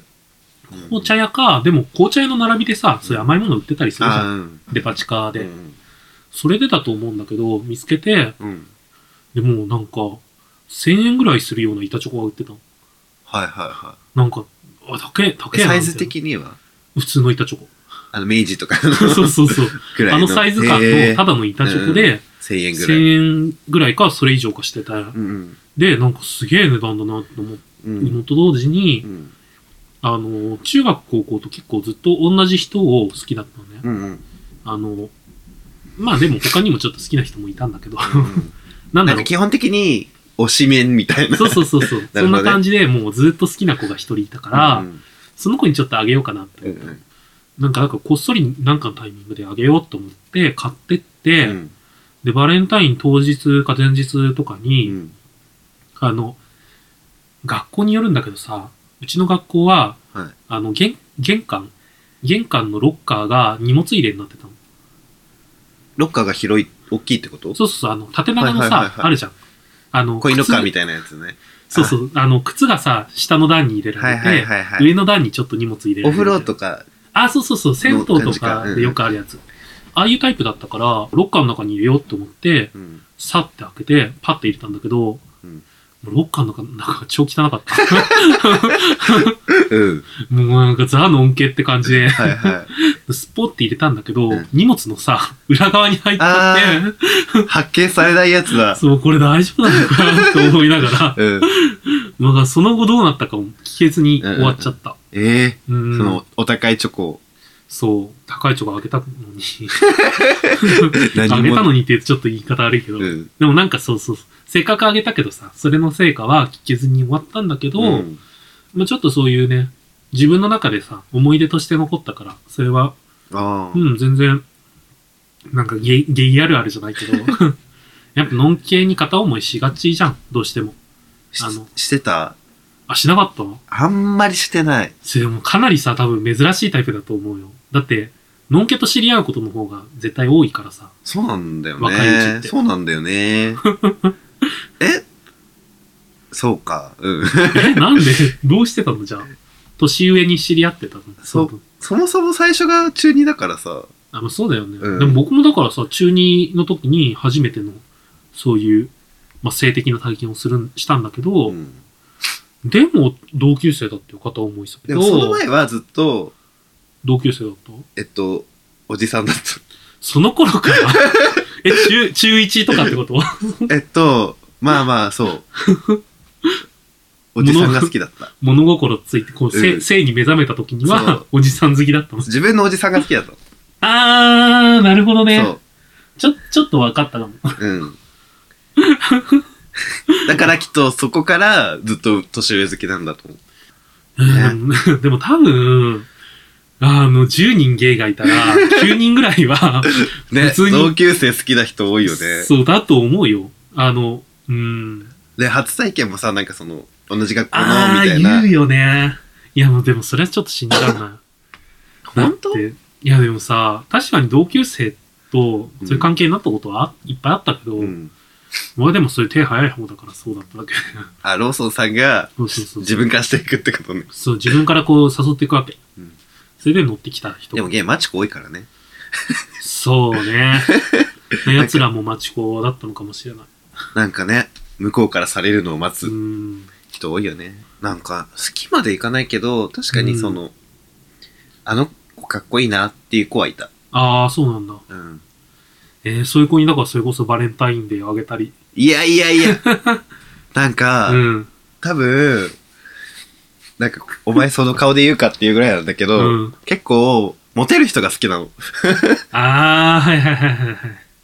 [SPEAKER 2] 紅茶屋か、でも紅茶屋の並びでさ、そういう甘いもの売ってたりするじ
[SPEAKER 1] あ
[SPEAKER 2] ゃん。
[SPEAKER 1] ーうん。
[SPEAKER 2] デパ地下で、
[SPEAKER 1] うん
[SPEAKER 2] それでだと思うんだけど、見つけて、
[SPEAKER 1] うん。
[SPEAKER 2] でもうなんか、1000円ぐらいするような板チョコが売ってたの。
[SPEAKER 1] はいはいは
[SPEAKER 2] なんか、あ、高え、高
[SPEAKER 1] い。
[SPEAKER 2] えな
[SPEAKER 1] サイズ
[SPEAKER 2] みたいな
[SPEAKER 1] 的には
[SPEAKER 2] 普通の 板チョコ。
[SPEAKER 1] あの、明治とか
[SPEAKER 2] そう
[SPEAKER 1] の
[SPEAKER 2] そうそう。
[SPEAKER 1] ぐらい
[SPEAKER 2] あ
[SPEAKER 1] の。
[SPEAKER 2] のサイズ感
[SPEAKER 1] へ
[SPEAKER 2] の
[SPEAKER 1] ー
[SPEAKER 2] ただの板チョコで、
[SPEAKER 1] 1000円ぐらい。
[SPEAKER 2] 1000円ぐらいかそれ以上かしてた。
[SPEAKER 1] うん
[SPEAKER 2] で、なんかすげえ値段だなって思
[SPEAKER 1] う
[SPEAKER 2] うの
[SPEAKER 1] ん。
[SPEAKER 2] と同時に
[SPEAKER 1] う、ん。
[SPEAKER 2] あの、中学高校と結構ずっと同じ人を好きだったのね。
[SPEAKER 1] うんうん。
[SPEAKER 2] あの、まあでも他にもちょっと好きな人もいたんだけど、なん
[SPEAKER 1] な
[SPEAKER 2] だ
[SPEAKER 1] ん
[SPEAKER 2] ろ
[SPEAKER 1] か
[SPEAKER 2] う。
[SPEAKER 1] 基本的に、推しメンみたいな。
[SPEAKER 2] そうそうそうそう。
[SPEAKER 1] な
[SPEAKER 2] そ
[SPEAKER 1] る
[SPEAKER 2] ん
[SPEAKER 1] ほどね
[SPEAKER 2] な感じでもうずっと好きな子が一人いたから、
[SPEAKER 1] うん
[SPEAKER 2] その子にちょっとあげようかなって。
[SPEAKER 1] うんうん
[SPEAKER 2] なんかなんかこっそりなんかのタイミングであげようと思って買ってって、
[SPEAKER 1] うん
[SPEAKER 2] で、バレンタイン当日か前日とか
[SPEAKER 1] う
[SPEAKER 2] に、
[SPEAKER 1] ん。
[SPEAKER 2] あの、学校によるんだけどさ、うちの学校は、
[SPEAKER 1] はい
[SPEAKER 2] あの、玄、玄関、玄関のロッカーが荷物入れになってたの。
[SPEAKER 1] ロッカーが広い、大きいってこと
[SPEAKER 2] そうそうそう、あの、縦長の
[SPEAKER 1] はいはいはい
[SPEAKER 2] さ、
[SPEAKER 1] はい
[SPEAKER 2] あるじゃん。あの、
[SPEAKER 1] コインロッカー
[SPEAKER 2] 靴
[SPEAKER 1] みたいなやつね。
[SPEAKER 2] そうそう、あの、靴がさ、下の段に入れら
[SPEAKER 1] はい
[SPEAKER 2] れて、
[SPEAKER 1] はいはいはい。
[SPEAKER 2] 上の段にちょっと荷物入れら
[SPEAKER 1] お
[SPEAKER 2] れて
[SPEAKER 1] 風
[SPEAKER 2] る
[SPEAKER 1] 呂とか、
[SPEAKER 2] あ、そうそうそう、銭湯
[SPEAKER 1] の感
[SPEAKER 2] と
[SPEAKER 1] じか
[SPEAKER 2] かでよくあるやつ。ああいうタイプだったから、ロッカーの中に入れようと思って、
[SPEAKER 1] うん。
[SPEAKER 2] さって開けて、パッて入れたんだけど、
[SPEAKER 1] うん
[SPEAKER 2] もうロッカーの中、なんか超汚かった。
[SPEAKER 1] うん。
[SPEAKER 2] もうなんかザの恩恵って感じで、
[SPEAKER 1] はい はい。
[SPEAKER 2] スポって入れたんだけど、
[SPEAKER 1] うん
[SPEAKER 2] 荷物のさ、裏側に入っちゃって、
[SPEAKER 1] 発見されないやつ だ。
[SPEAKER 2] そう、これ大丈夫なのかなと思いながら、
[SPEAKER 1] うん。
[SPEAKER 2] まあその後どうなったかも聞けずに終わっちゃった。
[SPEAKER 1] ええ
[SPEAKER 2] うん
[SPEAKER 1] その、お高いチョコを。
[SPEAKER 2] そう、高いチョコあげたのに、
[SPEAKER 1] 何
[SPEAKER 2] あげた
[SPEAKER 1] も。
[SPEAKER 2] のにってちょっと言い方悪いけど、
[SPEAKER 1] うん。
[SPEAKER 2] でもなんかそうそう、せっかくあげたけどさ、それの成果は聞けずに終わったんだけど、
[SPEAKER 1] うん
[SPEAKER 2] まあちょっとそういうね、自分の中でさ、思い出として残ったから、それは、
[SPEAKER 1] ああ
[SPEAKER 2] う。ん、全然、なんかゲイ、ゲイあるあるじゃないけど、 やっぱ、のんけいに片思いしがちじゃん、どうしても。
[SPEAKER 1] し
[SPEAKER 2] あの
[SPEAKER 1] してた
[SPEAKER 2] あ、しなかったの
[SPEAKER 1] あんまりしてない。
[SPEAKER 2] それでもかなりさ、多分珍しいタイプだと思うよ。だって、のんけと知り合うことの方が絶対多いからさ。
[SPEAKER 1] そうなんだよ
[SPEAKER 2] 若いうち
[SPEAKER 1] ね
[SPEAKER 2] っ。て
[SPEAKER 1] そうなんだよ ね。えそうか。うん。
[SPEAKER 2] え、なんで どうしてたのじゃあ。年上に知り合ってたの
[SPEAKER 1] そう
[SPEAKER 2] 多分
[SPEAKER 1] そもそも最初が中二だからさ。
[SPEAKER 2] あまあそうだよね、
[SPEAKER 1] うん
[SPEAKER 2] でも僕もだからさ、中2の時に初めての、そういう、まあ、性的な体験をするん、したんだけど、
[SPEAKER 1] うん
[SPEAKER 2] でも、同級生だってよ、片思いしたけ
[SPEAKER 1] で
[SPEAKER 2] ど
[SPEAKER 1] も、その前はずっと、
[SPEAKER 2] 同級生だった
[SPEAKER 1] えっと、おじさんだっ
[SPEAKER 2] その頃 からえ、中、中1とかってこと
[SPEAKER 1] た。えっと、まあまあ、そう。おじさんが好きだった。
[SPEAKER 2] 物心ついて、こう、
[SPEAKER 1] う
[SPEAKER 2] 性
[SPEAKER 1] ん
[SPEAKER 2] 性に目覚めた時に
[SPEAKER 1] そ
[SPEAKER 2] は
[SPEAKER 1] う、
[SPEAKER 2] おじさん好きだったの。
[SPEAKER 1] 自分のおじさんが好きだった。
[SPEAKER 2] あー、なるほどね。
[SPEAKER 1] そう。
[SPEAKER 2] ちょ、ちょっと分かったかも。
[SPEAKER 1] うん。だからきっとそこからずっと年上好きなんだと思う。
[SPEAKER 2] うん でも多分、あの、10人ゲイが いたら、9人ぐらいは、
[SPEAKER 1] ね
[SPEAKER 2] 普通、に
[SPEAKER 1] 同級生好きな人多いよね。
[SPEAKER 2] そうだと思うよ。あの、うん。
[SPEAKER 1] で、初体験もさ、なんかその、同じ学校のみ
[SPEAKER 2] ああ
[SPEAKER 1] た
[SPEAKER 2] ー、
[SPEAKER 1] いな
[SPEAKER 2] 言う。よね。いや、もうでもそれはちょっと信じらんない。
[SPEAKER 1] 本当
[SPEAKER 2] だっていや、でもさ、確かに同級生と、そういう関係になったことは、いっぱいあったけど、
[SPEAKER 1] うん。
[SPEAKER 2] 俺でもそういう手早い方 だからそうだっただけ。
[SPEAKER 1] あ、ローソンさんが
[SPEAKER 2] そうそうそう
[SPEAKER 1] 自分からしていくってことね。
[SPEAKER 2] そう、自分からこう誘っていくわけ。
[SPEAKER 1] うん
[SPEAKER 2] それで乗ってきた人
[SPEAKER 1] でもゲイマチコ多いからね。
[SPEAKER 2] そうね。 奴らも町子だったのかもしれない。
[SPEAKER 1] なんかね、向こうからされるのを待
[SPEAKER 2] う
[SPEAKER 1] つ
[SPEAKER 2] ん。
[SPEAKER 1] 人多いよね。なんか、好きまでいかないけど、確かにその、あの子かっこいいなっていう子はいた。
[SPEAKER 2] ああ、そうなんだ。
[SPEAKER 1] うん。
[SPEAKER 2] えー、そういう子に、だからそれこそバレンタインデーあげたり。
[SPEAKER 1] いやいやい や。なんか、
[SPEAKER 2] うん。
[SPEAKER 1] 多分、なんか、お前その顔で言うかっていうぐらいなんだけど、
[SPEAKER 2] うん。
[SPEAKER 1] 結構、モテる人が好きなの。
[SPEAKER 2] ああ、はいはいはいはいはい。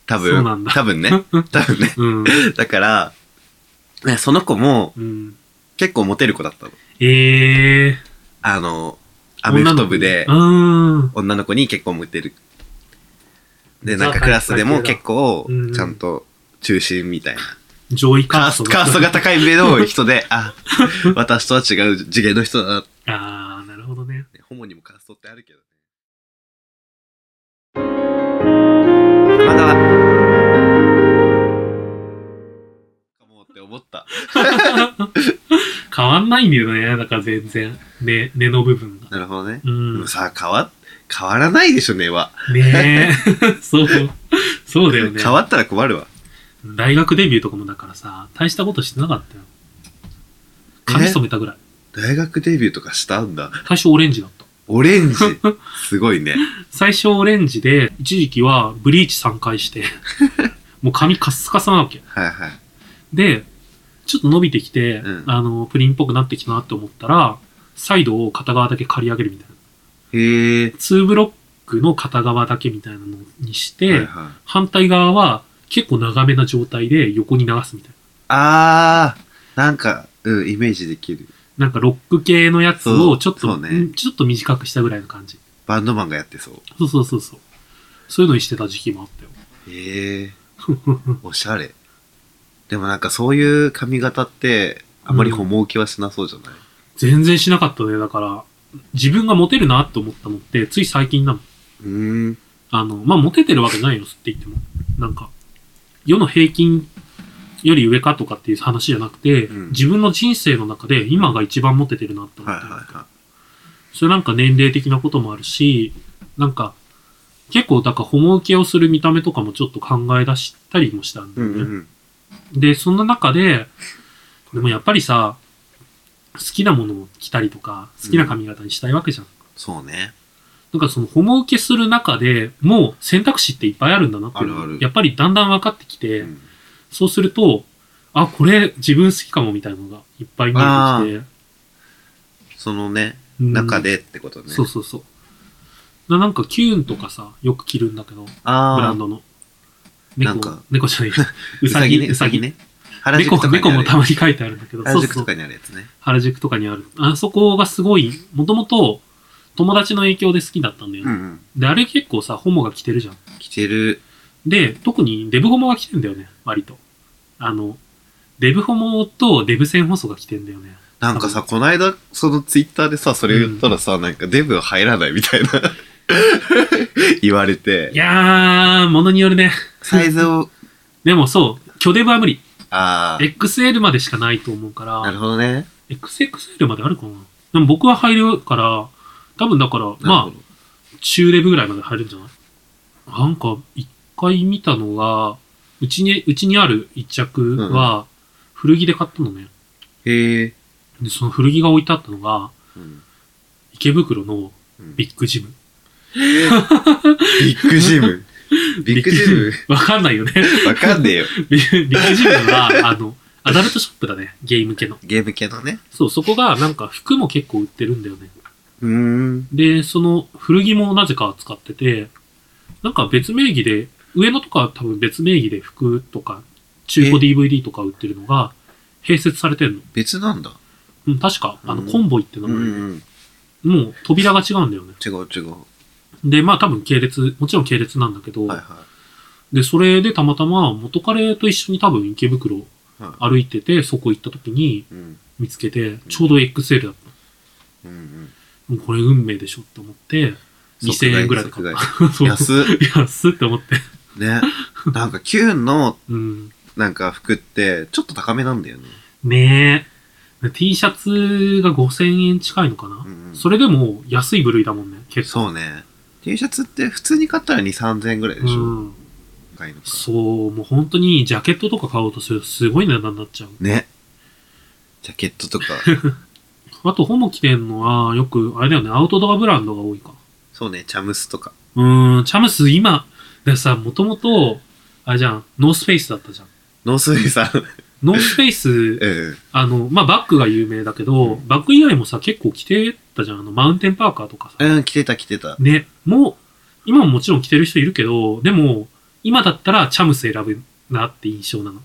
[SPEAKER 1] 多分。
[SPEAKER 2] そうなんだ
[SPEAKER 1] 多分 ね。多分ね。
[SPEAKER 2] うん。
[SPEAKER 1] だから、ねその子も
[SPEAKER 2] うん。
[SPEAKER 1] 結構モテる子だったの。
[SPEAKER 2] ええー。
[SPEAKER 1] あの、アメフト部で
[SPEAKER 2] う、ーん。
[SPEAKER 1] 女の子に結構モテる。で、
[SPEAKER 2] ザ
[SPEAKER 1] なんかクラスでも
[SPEAKER 2] 体
[SPEAKER 1] 結
[SPEAKER 2] 育
[SPEAKER 1] 構
[SPEAKER 2] うんうん、
[SPEAKER 1] ちゃんと中心みたいな。
[SPEAKER 2] 上位
[SPEAKER 1] カ
[SPEAKER 2] カ
[SPEAKER 1] ー
[SPEAKER 2] ース
[SPEAKER 1] ス
[SPEAKER 2] ト。
[SPEAKER 1] ト、カーストが。高い目の人で、 あ、私とは違う次元の人だな。
[SPEAKER 2] ああ、なるほどね。
[SPEAKER 1] ホモにもカーストってあるけどね。玉川。かもって思った。
[SPEAKER 2] 変わんないんだよね。だから全然。ね、根の部分が。
[SPEAKER 1] なるほどね。
[SPEAKER 2] う
[SPEAKER 1] で
[SPEAKER 2] ん
[SPEAKER 1] も。さ、変わ、変わらないでしょ、根は。
[SPEAKER 2] ね え。そう。そうだよね。
[SPEAKER 1] 変わったら困るわ。
[SPEAKER 2] 大学デビューとかもだからさ、大したことしてなかったよ。髪染めたぐらい。
[SPEAKER 1] 大学デビューとかしたんだ。
[SPEAKER 2] 最初オレンジだった。
[SPEAKER 1] オレンジ。すごいね。
[SPEAKER 2] 最初オレンジで、一時期はブリーチ3 回して、もう髪カッサカサなわけ。
[SPEAKER 1] はいはい。
[SPEAKER 2] で、ちょっと伸びてきて、
[SPEAKER 1] うん
[SPEAKER 2] あの、プリンっぽくなってきたなって思ったら、サイドを片側だけ刈り上げるみたいな。
[SPEAKER 1] へえ。
[SPEAKER 2] 2ブロックの片側だけみたいなのにして、
[SPEAKER 1] はいはい、
[SPEAKER 2] 反対側は結構長めな状態で横に流すみたい
[SPEAKER 1] あー、なんか、うん、イメージできる。
[SPEAKER 2] な。なんかロック系のやつ
[SPEAKER 1] そ
[SPEAKER 2] を
[SPEAKER 1] う
[SPEAKER 2] ちょっと、
[SPEAKER 1] そうね
[SPEAKER 2] うんちょっと短くしたぐらいの感じ。
[SPEAKER 1] バンドマンがやってそう。
[SPEAKER 2] そうそうそうそう。そういうのにしてた時期もあったよ。
[SPEAKER 1] へえ。おしゃれ。でもなんかそういう髪型って、あまり思う気はしなそうじゃない、
[SPEAKER 2] 全然しなかったね。だから、自分がモテるなって思ったのって、つい最近なの。
[SPEAKER 1] うーん。
[SPEAKER 2] あの、まあ、モテてるわけないよって言っても。なんか、世の平均より上かとかっていう話じゃなくて、
[SPEAKER 1] うん
[SPEAKER 2] 自分の人生の中で今が一番モテてるなって思
[SPEAKER 1] はい
[SPEAKER 2] ってる。
[SPEAKER 1] はいは
[SPEAKER 2] それなんか年齢的なこともあるし、なんか、結構、だから、ホモ受けをする見た目とかもちょっと考え出したりもしたん
[SPEAKER 1] い。
[SPEAKER 2] だ
[SPEAKER 1] う
[SPEAKER 2] よ
[SPEAKER 1] ん
[SPEAKER 2] ね。
[SPEAKER 1] うん
[SPEAKER 2] で、そんな中で、でもやっぱりさ、好きなものを着たりとか、好きな髪型にしたいわけじゃん。
[SPEAKER 1] そうね。
[SPEAKER 2] なんかその、ホモ受けする中でもう選択肢っていっぱいあるんだなっていうのが
[SPEAKER 1] あるある
[SPEAKER 2] やっぱりだんだん分かってきて、
[SPEAKER 1] うん
[SPEAKER 2] そうすると、あ、これ自分好きかもみたいなのがいっぱい見えてきて
[SPEAKER 1] そのね、
[SPEAKER 2] うん、
[SPEAKER 1] 中でってことね。
[SPEAKER 2] そうそうそう。ななんかキューンとかさ、よく着るんだけど、ブラ
[SPEAKER 1] あ
[SPEAKER 2] ン
[SPEAKER 1] あ、
[SPEAKER 2] ドの。
[SPEAKER 1] な
[SPEAKER 2] 猫
[SPEAKER 1] んか、
[SPEAKER 2] 猫じ ゃない。う
[SPEAKER 1] う
[SPEAKER 2] さ
[SPEAKER 1] さ
[SPEAKER 2] ぎ
[SPEAKER 1] ぎね、うさぎ。ね。原宿
[SPEAKER 2] 猫
[SPEAKER 1] とかにある
[SPEAKER 2] 猫もたまに書いてあるんだけど、
[SPEAKER 1] 原宿とかにあるやつね。
[SPEAKER 2] 原宿とかにある。あそこがすごい、もともと友達の影響で好きだったんだよ、
[SPEAKER 1] う
[SPEAKER 2] ね
[SPEAKER 1] んうん。
[SPEAKER 2] で、あれ結構さ、ホモが着てるじゃん。
[SPEAKER 1] 着てる。
[SPEAKER 2] で、特にデブホモが着てんだよね、割と。あの、デブホモとデブ線細が着てんだよね。
[SPEAKER 1] なんかさ、こないだ、そのツイッターでさ、それ言ったらさ、なんかデブは入らないみたいな、 言われ
[SPEAKER 2] い
[SPEAKER 1] て、
[SPEAKER 2] やー、ものによるね。
[SPEAKER 1] サイズを、
[SPEAKER 2] でもそう、巨デブは無理。
[SPEAKER 1] あ
[SPEAKER 2] XL までしかないと思うか
[SPEAKER 1] あ、なる
[SPEAKER 2] ら、
[SPEAKER 1] ほどね。
[SPEAKER 2] XXL まであるかな。でも僕は入るから、多分だから、
[SPEAKER 1] なる
[SPEAKER 2] ま
[SPEAKER 1] ほど
[SPEAKER 2] あ、中デブぐらいまで入るんじゃないなんか、一回見たのが、うちに、うちにある一着は、古着で買ったのね。
[SPEAKER 1] へえ。
[SPEAKER 2] で、その古着が置いてあったのが、
[SPEAKER 1] うん
[SPEAKER 2] 池袋の
[SPEAKER 1] うん
[SPEAKER 2] ビッグジム。
[SPEAKER 1] ビッグジ ム。ビッグジム
[SPEAKER 2] わかんないよね。
[SPEAKER 1] わかんねえよ。
[SPEAKER 2] ビッグジムは、あの、アダルトショップだね。ゲイ向けの。
[SPEAKER 1] ゲーム系のね。
[SPEAKER 2] そう、そこがなんか服も結構売ってるんだよね。
[SPEAKER 1] うーん。
[SPEAKER 2] で、その古着もなぜか使ってて、なんか別名義で、上野とかは多分別名義で服とか、中古
[SPEAKER 1] え
[SPEAKER 2] DVD とか売ってるのが、併設されてんの。
[SPEAKER 1] 別なんだ。
[SPEAKER 2] うん、確か、あの、
[SPEAKER 1] うん
[SPEAKER 2] コンボイって名
[SPEAKER 1] うんう
[SPEAKER 2] 前で、
[SPEAKER 1] ん。
[SPEAKER 2] もう扉が違うんだよね。
[SPEAKER 1] 違う違う。
[SPEAKER 2] で、まあ多分系列、もちろん系列なんだけど、
[SPEAKER 1] はいは
[SPEAKER 2] で、それでたまたま元彼と一緒に多分池袋
[SPEAKER 1] い。は
[SPEAKER 2] 歩いてて、そこ行った時に
[SPEAKER 1] い。うん。
[SPEAKER 2] 見つけて、ちょうど XL だった。
[SPEAKER 1] うんうん。
[SPEAKER 2] もうこれ運命でしょって思って、2000円ぐらいで買った。そう
[SPEAKER 1] 安っ。
[SPEAKER 2] 安っって思って。
[SPEAKER 1] ね。なんか、キューンの、
[SPEAKER 2] うん。
[SPEAKER 1] なんか、服って、ちょっと高めなんだよね。
[SPEAKER 2] ねえ。T シャツが5000円近いのかな
[SPEAKER 1] う、んうん、
[SPEAKER 2] それでも安い部類だもんね、結構。
[SPEAKER 1] そうね。T シャツって、普通に買ったら2、3000円ぐらいでしょ。
[SPEAKER 2] うん。
[SPEAKER 1] 高いのか。
[SPEAKER 2] そう、もう本当にジャケットとか買おうとするとすごい値段になっちゃう。
[SPEAKER 1] ね。ジャケット とか。
[SPEAKER 2] あと、ホモ着てんのは、よく、あれだよね、アウトドアブランドが多いか。
[SPEAKER 1] そうね、チャムスとか。
[SPEAKER 2] うーん、チャムス今、でさ、もともと、あれじゃん、ノースフェイスだったじゃん。
[SPEAKER 1] ノースウェイさん。
[SPEAKER 2] ノースフェイス、
[SPEAKER 1] うん。
[SPEAKER 2] あの、まあ、バッグが有名だけど、
[SPEAKER 1] うん
[SPEAKER 2] バッグ以外もさ、結構着てたじゃん。あの、マウンテンパーカーとかさ。
[SPEAKER 1] うん、着てた着てた。
[SPEAKER 2] ね、もう、今ももちろん着てる人いるけど、でも、今だったらチャムス選ぶなって印象なの。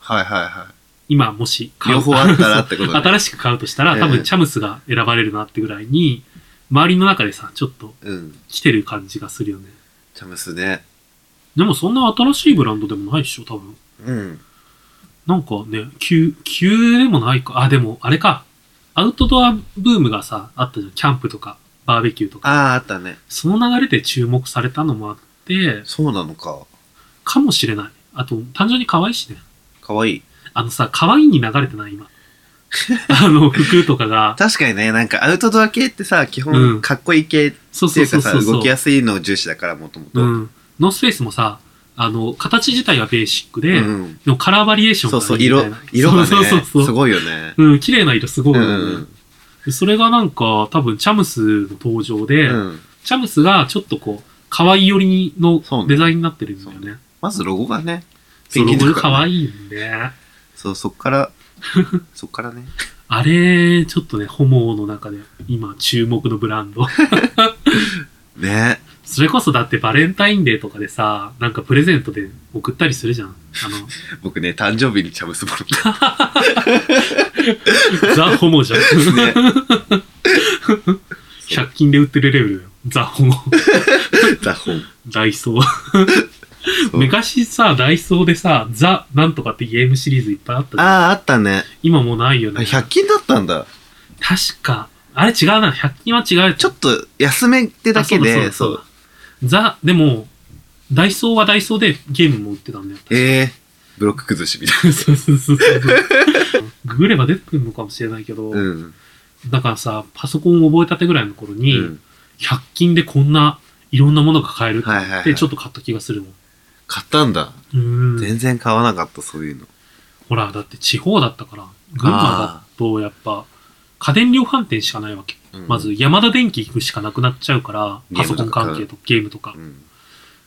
[SPEAKER 1] はいはいは
[SPEAKER 2] 今、もし
[SPEAKER 1] い。
[SPEAKER 2] 買う
[SPEAKER 1] 両方あったらってことね。
[SPEAKER 2] 新しく買うとしたら、多
[SPEAKER 1] え
[SPEAKER 2] 分
[SPEAKER 1] え
[SPEAKER 2] チャムスが選ばれるなってぐらいに、周りの中でさ、ちょっと
[SPEAKER 1] うん。
[SPEAKER 2] 着てる感じがするよね。
[SPEAKER 1] チャムスね。
[SPEAKER 2] でもそんな新しいブランドでもないでしょ、多分。
[SPEAKER 1] うん。
[SPEAKER 2] なんかね、急、急でもないか。あ、でも、あれか。アウトドアブームがさ、あったじゃん。キャンプとか、バーベキューとか。
[SPEAKER 1] ああ、あったね。
[SPEAKER 2] その流れで注目されたのもあって、
[SPEAKER 1] そうなのか。
[SPEAKER 2] かもしれない。あと、単純に可愛いしね。
[SPEAKER 1] かわいい。
[SPEAKER 2] あのさ、可愛いに流れてない、 今。あの、服とかが。
[SPEAKER 1] 確かにね、なんかアウトドア系ってさ、基
[SPEAKER 2] うん
[SPEAKER 1] 本かっこいい系っ
[SPEAKER 2] そう
[SPEAKER 1] てい
[SPEAKER 2] そ
[SPEAKER 1] うう
[SPEAKER 2] そ
[SPEAKER 1] か
[SPEAKER 2] う
[SPEAKER 1] さ、
[SPEAKER 2] そうそう。
[SPEAKER 1] 動きやすいのを重視だから、もともと。
[SPEAKER 2] う
[SPEAKER 1] うん
[SPEAKER 2] ん。ノースフェイスもさ、あの、形自体はベーシックで、
[SPEAKER 1] うん。
[SPEAKER 2] でもカラーバリエーション
[SPEAKER 1] そうそう、
[SPEAKER 2] があ
[SPEAKER 1] 色
[SPEAKER 2] るみた、いな
[SPEAKER 1] 色がね
[SPEAKER 2] そうそうそう、
[SPEAKER 1] す
[SPEAKER 2] そう。
[SPEAKER 1] ごいよね。
[SPEAKER 2] うん、綺麗な色すごい、
[SPEAKER 1] う
[SPEAKER 2] ね
[SPEAKER 1] んうん。
[SPEAKER 2] それがなんか、多分チャムスの登場で、
[SPEAKER 1] うん。
[SPEAKER 2] チャムスがちょっとこう、可愛い寄りの
[SPEAKER 1] そうね
[SPEAKER 2] デザインになってるんだよ
[SPEAKER 1] そ
[SPEAKER 2] ね。
[SPEAKER 1] まずロゴがね、
[SPEAKER 2] そ
[SPEAKER 1] ペ
[SPEAKER 2] う、
[SPEAKER 1] ン
[SPEAKER 2] ロ
[SPEAKER 1] ギンと
[SPEAKER 2] ゴ
[SPEAKER 1] か
[SPEAKER 2] 可
[SPEAKER 1] ね
[SPEAKER 2] 愛いんで。
[SPEAKER 1] そう、そっから、 そっからね。
[SPEAKER 2] あれ、ちょっとね、ホモの中で今注目のブランド。
[SPEAKER 1] ね
[SPEAKER 2] それこそだってバレンタインデーとかでさ、なんかプレゼントで送ったりするじゃん。あ
[SPEAKER 1] 僕ね、誕生日にチャムスもらっ
[SPEAKER 2] の、ザ・ホモじゃん。
[SPEAKER 1] た。ね。
[SPEAKER 2] 100均で売ってるレベルだよ。ザ・ホモ。
[SPEAKER 1] ザ・ホン。
[SPEAKER 2] ダイソー。
[SPEAKER 1] そう
[SPEAKER 2] 昔さ、ダイソーでさ、ザ、なんとかってゲームシリーズいっぱいあったじゃん。
[SPEAKER 1] ああ、あったね。
[SPEAKER 2] 今もうないよ
[SPEAKER 1] あ
[SPEAKER 2] ね。
[SPEAKER 1] れ100均だったんだ。
[SPEAKER 2] 確か。あれ違うな。100均は違う。
[SPEAKER 1] ちょっと安めってだけで、そ
[SPEAKER 2] あそうだそうだ
[SPEAKER 1] う
[SPEAKER 2] そうだ。ザ、でも、ダイソーはダイソーでゲームも売ってたんだよ。
[SPEAKER 1] ええブロック崩しみたい
[SPEAKER 2] そうそうそうそう。ググれば出てくるのかもしれないけど、
[SPEAKER 1] な。うん。
[SPEAKER 2] だからさ、パソコンを覚えたてぐらいの頃に、
[SPEAKER 1] うん
[SPEAKER 2] 100均でこんないろんなものが買えるって、
[SPEAKER 1] はいはいはい
[SPEAKER 2] ちょっと買った気がするもん。
[SPEAKER 1] 買ったんだ。
[SPEAKER 2] うん。
[SPEAKER 1] 全然買わなかった、そういうの。
[SPEAKER 2] ほら、だって地方だったから、群馬だとやっぱ、家電量販店しかないわけ。
[SPEAKER 1] うん
[SPEAKER 2] まず、山田電機行くしかなくなっちゃうから、
[SPEAKER 1] ゲー
[SPEAKER 2] パ
[SPEAKER 1] ムと
[SPEAKER 2] ソ
[SPEAKER 1] か
[SPEAKER 2] コン関係とゲームとか
[SPEAKER 1] う。ん。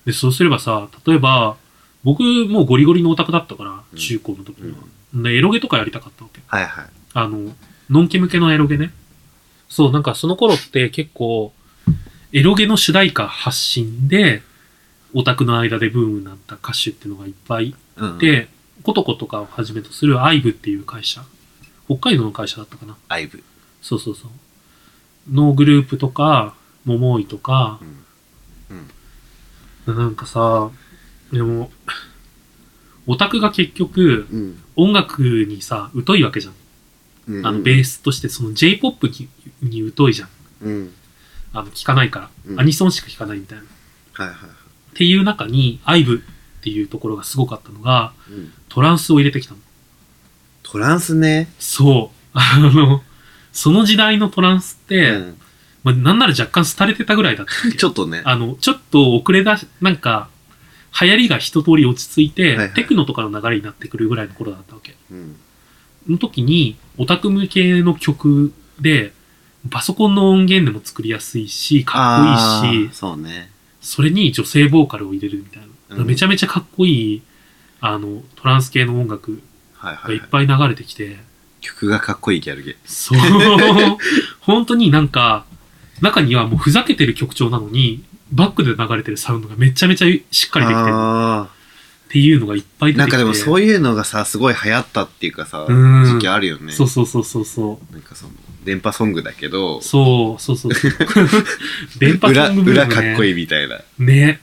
[SPEAKER 2] で、そうすればさ、例えば、僕もうゴリゴリのオタクだったから、
[SPEAKER 1] うん
[SPEAKER 2] 中高の時
[SPEAKER 1] う
[SPEAKER 2] に
[SPEAKER 1] ん
[SPEAKER 2] は。で、エロゲとかやりたかったわけ。
[SPEAKER 1] はいはい。
[SPEAKER 2] あの、ノンケ向けのエロゲね。そう、なんかその頃って結構、エロゲの主題歌発信で、オタクの間でブームになった歌手っていうのがいっぱいい
[SPEAKER 1] うん。
[SPEAKER 2] て、コトコとかをはじめとするアイブっていう会社。北海道の会社だったかな。
[SPEAKER 1] アイブ。
[SPEAKER 2] そうそうそう。のグループとか、桃井とか、なんかさ、でも、オタクが結局、
[SPEAKER 1] うん。
[SPEAKER 2] 音楽にさ、疎いわけじゃん。
[SPEAKER 1] うん。
[SPEAKER 2] あの、ベースとして、その J-POP にに疎いじゃん。
[SPEAKER 1] うん。
[SPEAKER 2] あの、聞かないから。
[SPEAKER 1] うん
[SPEAKER 2] アニソンしか聞かないみたいな。っ
[SPEAKER 1] はいはいは
[SPEAKER 2] ていう中に、アイブっていうところがすごかったのが、
[SPEAKER 1] い。うん。
[SPEAKER 2] トランスを入れてきたの。
[SPEAKER 1] トランスね。
[SPEAKER 2] そう。あの、その時代のトランスって、
[SPEAKER 1] うん
[SPEAKER 2] まあ、なんなら若干廃れてたぐらいだったっけ
[SPEAKER 1] ちょっとね。
[SPEAKER 2] あの、ちょっと遅れだし、なんか、流行りが一通り落ち着いて、
[SPEAKER 1] はいはい
[SPEAKER 2] テクノとかの流れになってくるぐらいの頃だったわけ。
[SPEAKER 1] うん。
[SPEAKER 2] その時に、オタク向けの曲で、パソコンの音源でも作りやすいし、かっこいい
[SPEAKER 1] あー
[SPEAKER 2] し、
[SPEAKER 1] そうね。
[SPEAKER 2] それに女性ボーカルを入れるみたいな。
[SPEAKER 1] うん
[SPEAKER 2] めちゃめちゃかっこいい、あの、トランス系の音楽
[SPEAKER 1] はい
[SPEAKER 2] が
[SPEAKER 1] はいい
[SPEAKER 2] っ
[SPEAKER 1] はい。
[SPEAKER 2] ぱい流れてきて、
[SPEAKER 1] 曲がかっこいいギャルゲ。
[SPEAKER 2] そう、 本当になんか、中にはもうふざけてる曲調なのに、バックで流れてるサウンドがめちゃめちゃしっかりできてる
[SPEAKER 1] あ
[SPEAKER 2] っていうのがいっぱい
[SPEAKER 1] ー
[SPEAKER 2] 出て
[SPEAKER 1] なん
[SPEAKER 2] き
[SPEAKER 1] か
[SPEAKER 2] て。
[SPEAKER 1] でもそういうのがさ、すごい流行ったっていうかさ、
[SPEAKER 2] うん
[SPEAKER 1] 時期あるよね。
[SPEAKER 2] そうそうそうそうそう。
[SPEAKER 1] なんかその、電波ソングだけど、
[SPEAKER 2] そうそうそ うそう。電波
[SPEAKER 1] 裏、
[SPEAKER 2] ソングブ
[SPEAKER 1] 裏
[SPEAKER 2] ーム、ね。
[SPEAKER 1] かっこ
[SPEAKER 2] い
[SPEAKER 1] いいみたいな。
[SPEAKER 2] い。ね。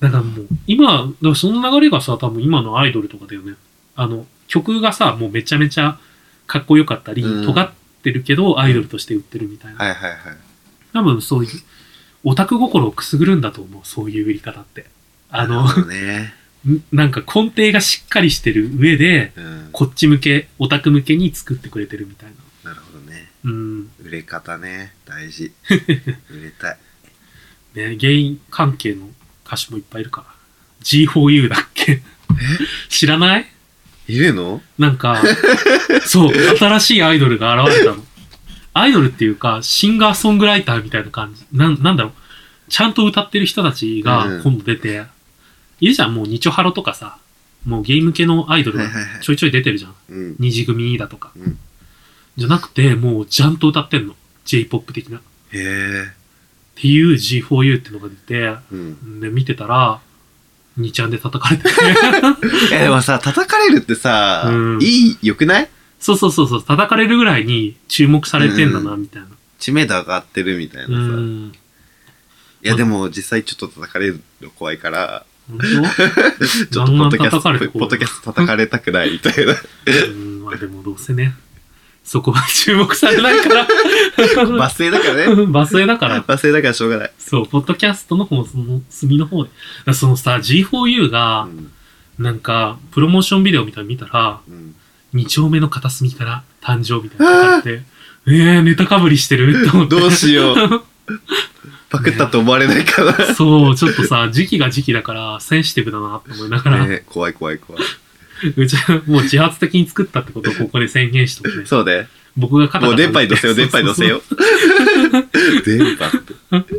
[SPEAKER 2] だからもう、今、だからその流れがさ、多分今のアイドルとかだよね。あの、曲がさ、もうめちゃめちゃかっこよかったり、
[SPEAKER 1] うん
[SPEAKER 2] 尖ってるけど、アイドルとして売ってるみたいな。
[SPEAKER 1] はいはいはい。
[SPEAKER 2] 多分そういう、オタク心をくすぐるんだと思う、そういう売り方って。あの、
[SPEAKER 1] そうね。
[SPEAKER 2] なんか根底がしっかりしてる上で、
[SPEAKER 1] うん。
[SPEAKER 2] こっち向け、オタク向けに作ってくれてるみたいな。
[SPEAKER 1] なるほどね。
[SPEAKER 2] うん。
[SPEAKER 1] 売れ方ね。大 事。売れたい。
[SPEAKER 2] ね、ゲイン関係の歌手もいっぱいいるから。G4U だっけ 知らない
[SPEAKER 1] いるの
[SPEAKER 2] なんか、そう、新しいアイドルが現れたの。アイドルっていうか、シンガーソングライターみたいな感じ。なん、なんだろう。ちゃんと歌ってる人たち
[SPEAKER 1] う
[SPEAKER 2] が
[SPEAKER 1] ん
[SPEAKER 2] 今度出て、いるじゃん、もう日ハロとかさ、もうゲーム系のアイドルが
[SPEAKER 1] はいはいはい
[SPEAKER 2] ちょいちょい出てるじゃん。
[SPEAKER 1] うん。
[SPEAKER 2] 二次組だとか。
[SPEAKER 1] うん。
[SPEAKER 2] じゃなくて、もうちゃんと歌ってんの。J-POP 的な。っ
[SPEAKER 1] へえ。
[SPEAKER 2] ていう G4U ってのが出て、
[SPEAKER 1] うん。
[SPEAKER 2] で、見てたら、2ちゃんで叩かれてる
[SPEAKER 1] え、でもさ、叩かれるってさ
[SPEAKER 2] う、ん
[SPEAKER 1] いい、良くない
[SPEAKER 2] そうそうそうそう、叩かれるぐらいに注目されてんだな、みたいな。
[SPEAKER 1] 知名度上がってるみたいな
[SPEAKER 2] う
[SPEAKER 1] さ。
[SPEAKER 2] ん。
[SPEAKER 1] いや、でも実際ちょっと叩かれるの怖い から、
[SPEAKER 2] 本
[SPEAKER 1] ちょ
[SPEAKER 2] 当
[SPEAKER 1] っとポッドキャス
[SPEAKER 2] 叩かれて
[SPEAKER 1] ト、ポッドキャスト叩かれたくないみたい な。
[SPEAKER 2] うん、まあでもどうせね、そこは注目されない から。
[SPEAKER 1] 罵声だからね。
[SPEAKER 2] バスだから。
[SPEAKER 1] 罵声だからしょうがない。
[SPEAKER 2] そう、ポッドキャストの方、その隅の方で。だからそのさ、G4U が、
[SPEAKER 1] うん
[SPEAKER 2] なんか、プロモーションビデオみたいに見たら、
[SPEAKER 1] うん
[SPEAKER 2] 二丁目の片隅から誕生みたいなのがあって、えー、ネタかぶりしてるって思って。
[SPEAKER 1] どうし よう。パクったと思われないかな。
[SPEAKER 2] そう、ちょっとさ、時期が時期だから、センシティブだなって思いながら、
[SPEAKER 1] ね怖い怖い怖い。
[SPEAKER 2] うちはもう自発的に作ったってことをここで宣言しとくね。
[SPEAKER 1] そうね。
[SPEAKER 2] 僕が肩
[SPEAKER 1] もう電波に乗せよう、電波に乗せよう。 電波って。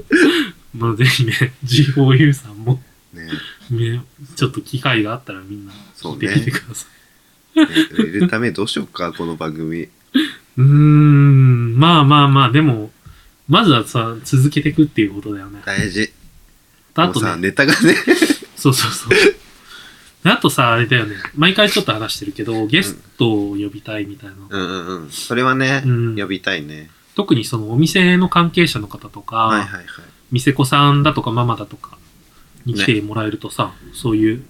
[SPEAKER 2] う。まあ ぜひね、G4U さんも、
[SPEAKER 1] ね
[SPEAKER 2] ね、ちょっと機会があったらみんな
[SPEAKER 1] そ
[SPEAKER 2] 聞
[SPEAKER 1] う
[SPEAKER 2] い
[SPEAKER 1] ね
[SPEAKER 2] てみてください。
[SPEAKER 1] ね売れるためどうしようか、この番組。
[SPEAKER 2] うーん、まあまあまあ、でも、まずはさ、続けていくっていうことだよね。
[SPEAKER 1] 大事。
[SPEAKER 2] あ
[SPEAKER 1] もう
[SPEAKER 2] と
[SPEAKER 1] さ、
[SPEAKER 2] ね、
[SPEAKER 1] ネタがね。
[SPEAKER 2] そうそうそう。あとさ、あれだよね。毎回ちょっと話してるけど、ゲストを呼びたいみたいな。
[SPEAKER 1] うんうんうん。それはね
[SPEAKER 2] う、ん
[SPEAKER 1] 呼びたいね。
[SPEAKER 2] 特にそのお店の関係者の方とか、
[SPEAKER 1] はいはいはい。
[SPEAKER 2] 店子さんだとかママだとか、に来てもらえるとさ、そういう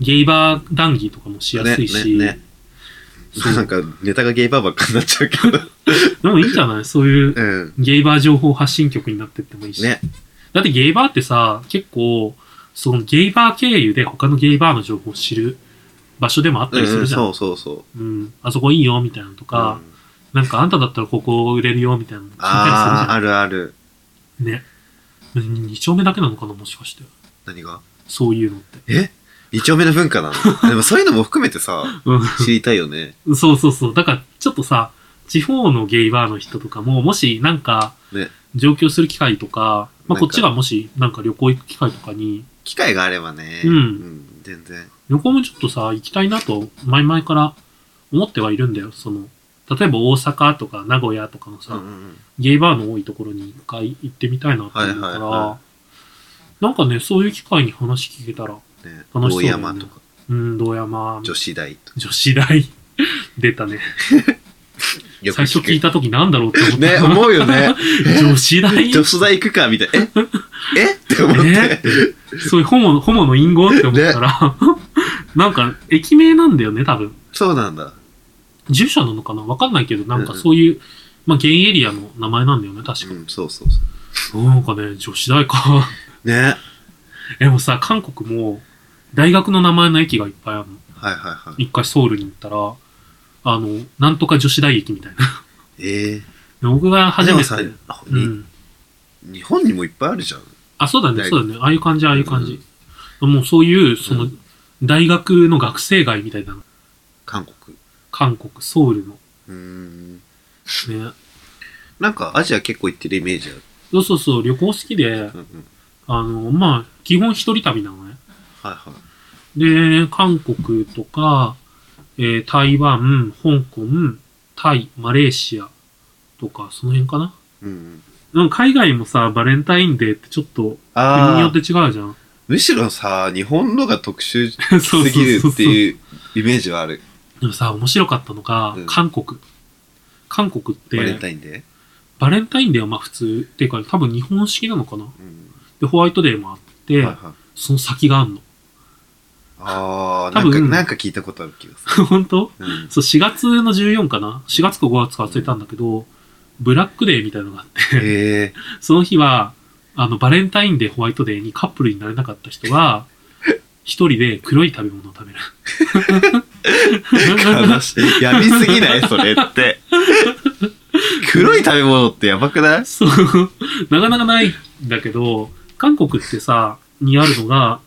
[SPEAKER 2] ゲイバー談義とかもしやすいし、
[SPEAKER 1] ねねね
[SPEAKER 2] そう
[SPEAKER 1] なんか、ネタがゲイバーばっかになっちゃうけ ど。
[SPEAKER 2] でもいいんじゃないそういう
[SPEAKER 1] うん。
[SPEAKER 2] ゲイバー情報発信局になってってもいいし。
[SPEAKER 1] ね。
[SPEAKER 2] だってゲイバーってさ、結構、そのゲイバー経由で他のゲイバーの情報を知る場所でもあった
[SPEAKER 1] うん
[SPEAKER 2] りす
[SPEAKER 1] う
[SPEAKER 2] る
[SPEAKER 1] ん、
[SPEAKER 2] じゃん。
[SPEAKER 1] そうそうそう。
[SPEAKER 2] うん、あそこいいよ、みたいなのと
[SPEAKER 1] う
[SPEAKER 2] か、
[SPEAKER 1] ん
[SPEAKER 2] なんかあんただったらここ売れるよ、みたいなの聞い
[SPEAKER 1] ああ、
[SPEAKER 2] た
[SPEAKER 1] あるある。
[SPEAKER 2] りするじゃん。ね。2丁目だけなのかな、もしかして。
[SPEAKER 1] 何が
[SPEAKER 2] そういうのって。
[SPEAKER 1] え二丁目の文化な のでもそういうのも含めてさ、
[SPEAKER 2] うん。
[SPEAKER 1] 知りたいよね。
[SPEAKER 2] そうそうそう。だから、ちょっとさ、地方のゲイバーの人とかも、もし、なんか
[SPEAKER 1] ね、
[SPEAKER 2] 上京する機会とか、
[SPEAKER 1] な
[SPEAKER 2] ま
[SPEAKER 1] んか
[SPEAKER 2] あ、こっちがもし、なんか旅行行く機会とかに、
[SPEAKER 1] 機会があればね。
[SPEAKER 2] うん
[SPEAKER 1] 全然。
[SPEAKER 2] 旅行もちょっとさ、行きたいなと、前々から思ってはいるんだよ。その、例えば大阪とか名古屋とかの
[SPEAKER 1] う
[SPEAKER 2] さ、
[SPEAKER 1] んうんうん。
[SPEAKER 2] ゲイバーの多いところに一回行ってみたいなって思うから、
[SPEAKER 1] はいはいは
[SPEAKER 2] なんかね、そういう機会に話聞けたら、
[SPEAKER 1] ね、
[SPEAKER 2] そうだよね
[SPEAKER 1] 大山とか、
[SPEAKER 2] うん、道山、
[SPEAKER 1] 女子大とか。
[SPEAKER 2] 女子大、 出たね。
[SPEAKER 1] よ
[SPEAKER 2] 最初聞い
[SPEAKER 1] た。
[SPEAKER 2] た時なんだろうって思った。
[SPEAKER 1] ね、思うよね。
[SPEAKER 2] 女子 大
[SPEAKER 1] 女子大行くかみたいな。 ええって思って。
[SPEAKER 2] そういうホモの、ホモの隠語って思ったら、 なんか、駅名なんだよね、多分。
[SPEAKER 1] そうなんだ。
[SPEAKER 2] 住所なのかなわかんないけど、なん
[SPEAKER 1] う
[SPEAKER 2] か
[SPEAKER 1] んうん
[SPEAKER 2] そういう、まあ、ゲイエリアの名前なんだよね、確
[SPEAKER 1] う
[SPEAKER 2] か。
[SPEAKER 1] ん、そうそうそ
[SPEAKER 2] なんかね、女子大か。
[SPEAKER 1] う。ね。
[SPEAKER 2] でもさ、韓国も、大学の名前の駅がいっぱいあるの。
[SPEAKER 1] はいはいはい。
[SPEAKER 2] 一回ソウルに行ったら、あの、なんとか女子大駅みたいな。
[SPEAKER 1] ええ
[SPEAKER 2] で僕が初
[SPEAKER 1] で
[SPEAKER 2] め
[SPEAKER 1] も
[SPEAKER 2] て。
[SPEAKER 1] さ、あ
[SPEAKER 2] う
[SPEAKER 1] に
[SPEAKER 2] ん。
[SPEAKER 1] 日本にもいっぱいあるじゃん。
[SPEAKER 2] あ、そうだね、
[SPEAKER 1] 大
[SPEAKER 2] そうだね。ああいう感じ、ああいう感じ。もうそういう、そうの、大学の学生街みたいなの。
[SPEAKER 1] 韓国。
[SPEAKER 2] 韓国、ソウルの。
[SPEAKER 1] うーん。
[SPEAKER 2] ね。
[SPEAKER 1] なんかアジア結構行ってるイメージある。
[SPEAKER 2] そうそうそう、旅行好きで
[SPEAKER 1] う、んうん。
[SPEAKER 2] あの、まあ、基本一人旅なのね。
[SPEAKER 1] はいはい。
[SPEAKER 2] で、韓国とか、えー台湾、香港、タイ、マレーシアとか、その辺かな。
[SPEAKER 1] うんうん。
[SPEAKER 2] でも海外もさ、バレンタインデーってちょっと、国に
[SPEAKER 1] あ
[SPEAKER 2] よっ
[SPEAKER 1] あ、
[SPEAKER 2] て違うじゃん。
[SPEAKER 1] むしろさ、日本のが特殊す
[SPEAKER 2] そうそう
[SPEAKER 1] ぎる
[SPEAKER 2] そう
[SPEAKER 1] って
[SPEAKER 2] そう。で
[SPEAKER 1] いうイメージはある。
[SPEAKER 2] もさ、面白かったのが、
[SPEAKER 1] うん
[SPEAKER 2] 韓国。韓国って、
[SPEAKER 1] バ
[SPEAKER 2] バ
[SPEAKER 1] レン
[SPEAKER 2] レ
[SPEAKER 1] タインデ
[SPEAKER 2] ンタインデーはまあ普通っていうか、多分日本式なのかな。
[SPEAKER 1] ーうん。
[SPEAKER 2] で、ホワイトデーもあって、
[SPEAKER 1] はいはい。
[SPEAKER 2] その先があんの。
[SPEAKER 1] ああ、な
[SPEAKER 2] 多
[SPEAKER 1] ん
[SPEAKER 2] 分
[SPEAKER 1] か、なんか聞いたことある気が する。
[SPEAKER 2] 本当
[SPEAKER 1] うん。
[SPEAKER 2] そう、4月の14かな ?4 月か5月か忘れたんだけど、ブラックデーみたいなのがあって、
[SPEAKER 1] へえ。
[SPEAKER 2] その日は、あの、バレンタインデー、ホワイトデーにカップルになれなかった人は、 一人で黒い食べ物を食べる。
[SPEAKER 1] 悲しい。やみすぎないそれ って。黒い食べ物ってやばくない
[SPEAKER 2] そう、なかなかないんだけど、韓国ってさ、にあるのが、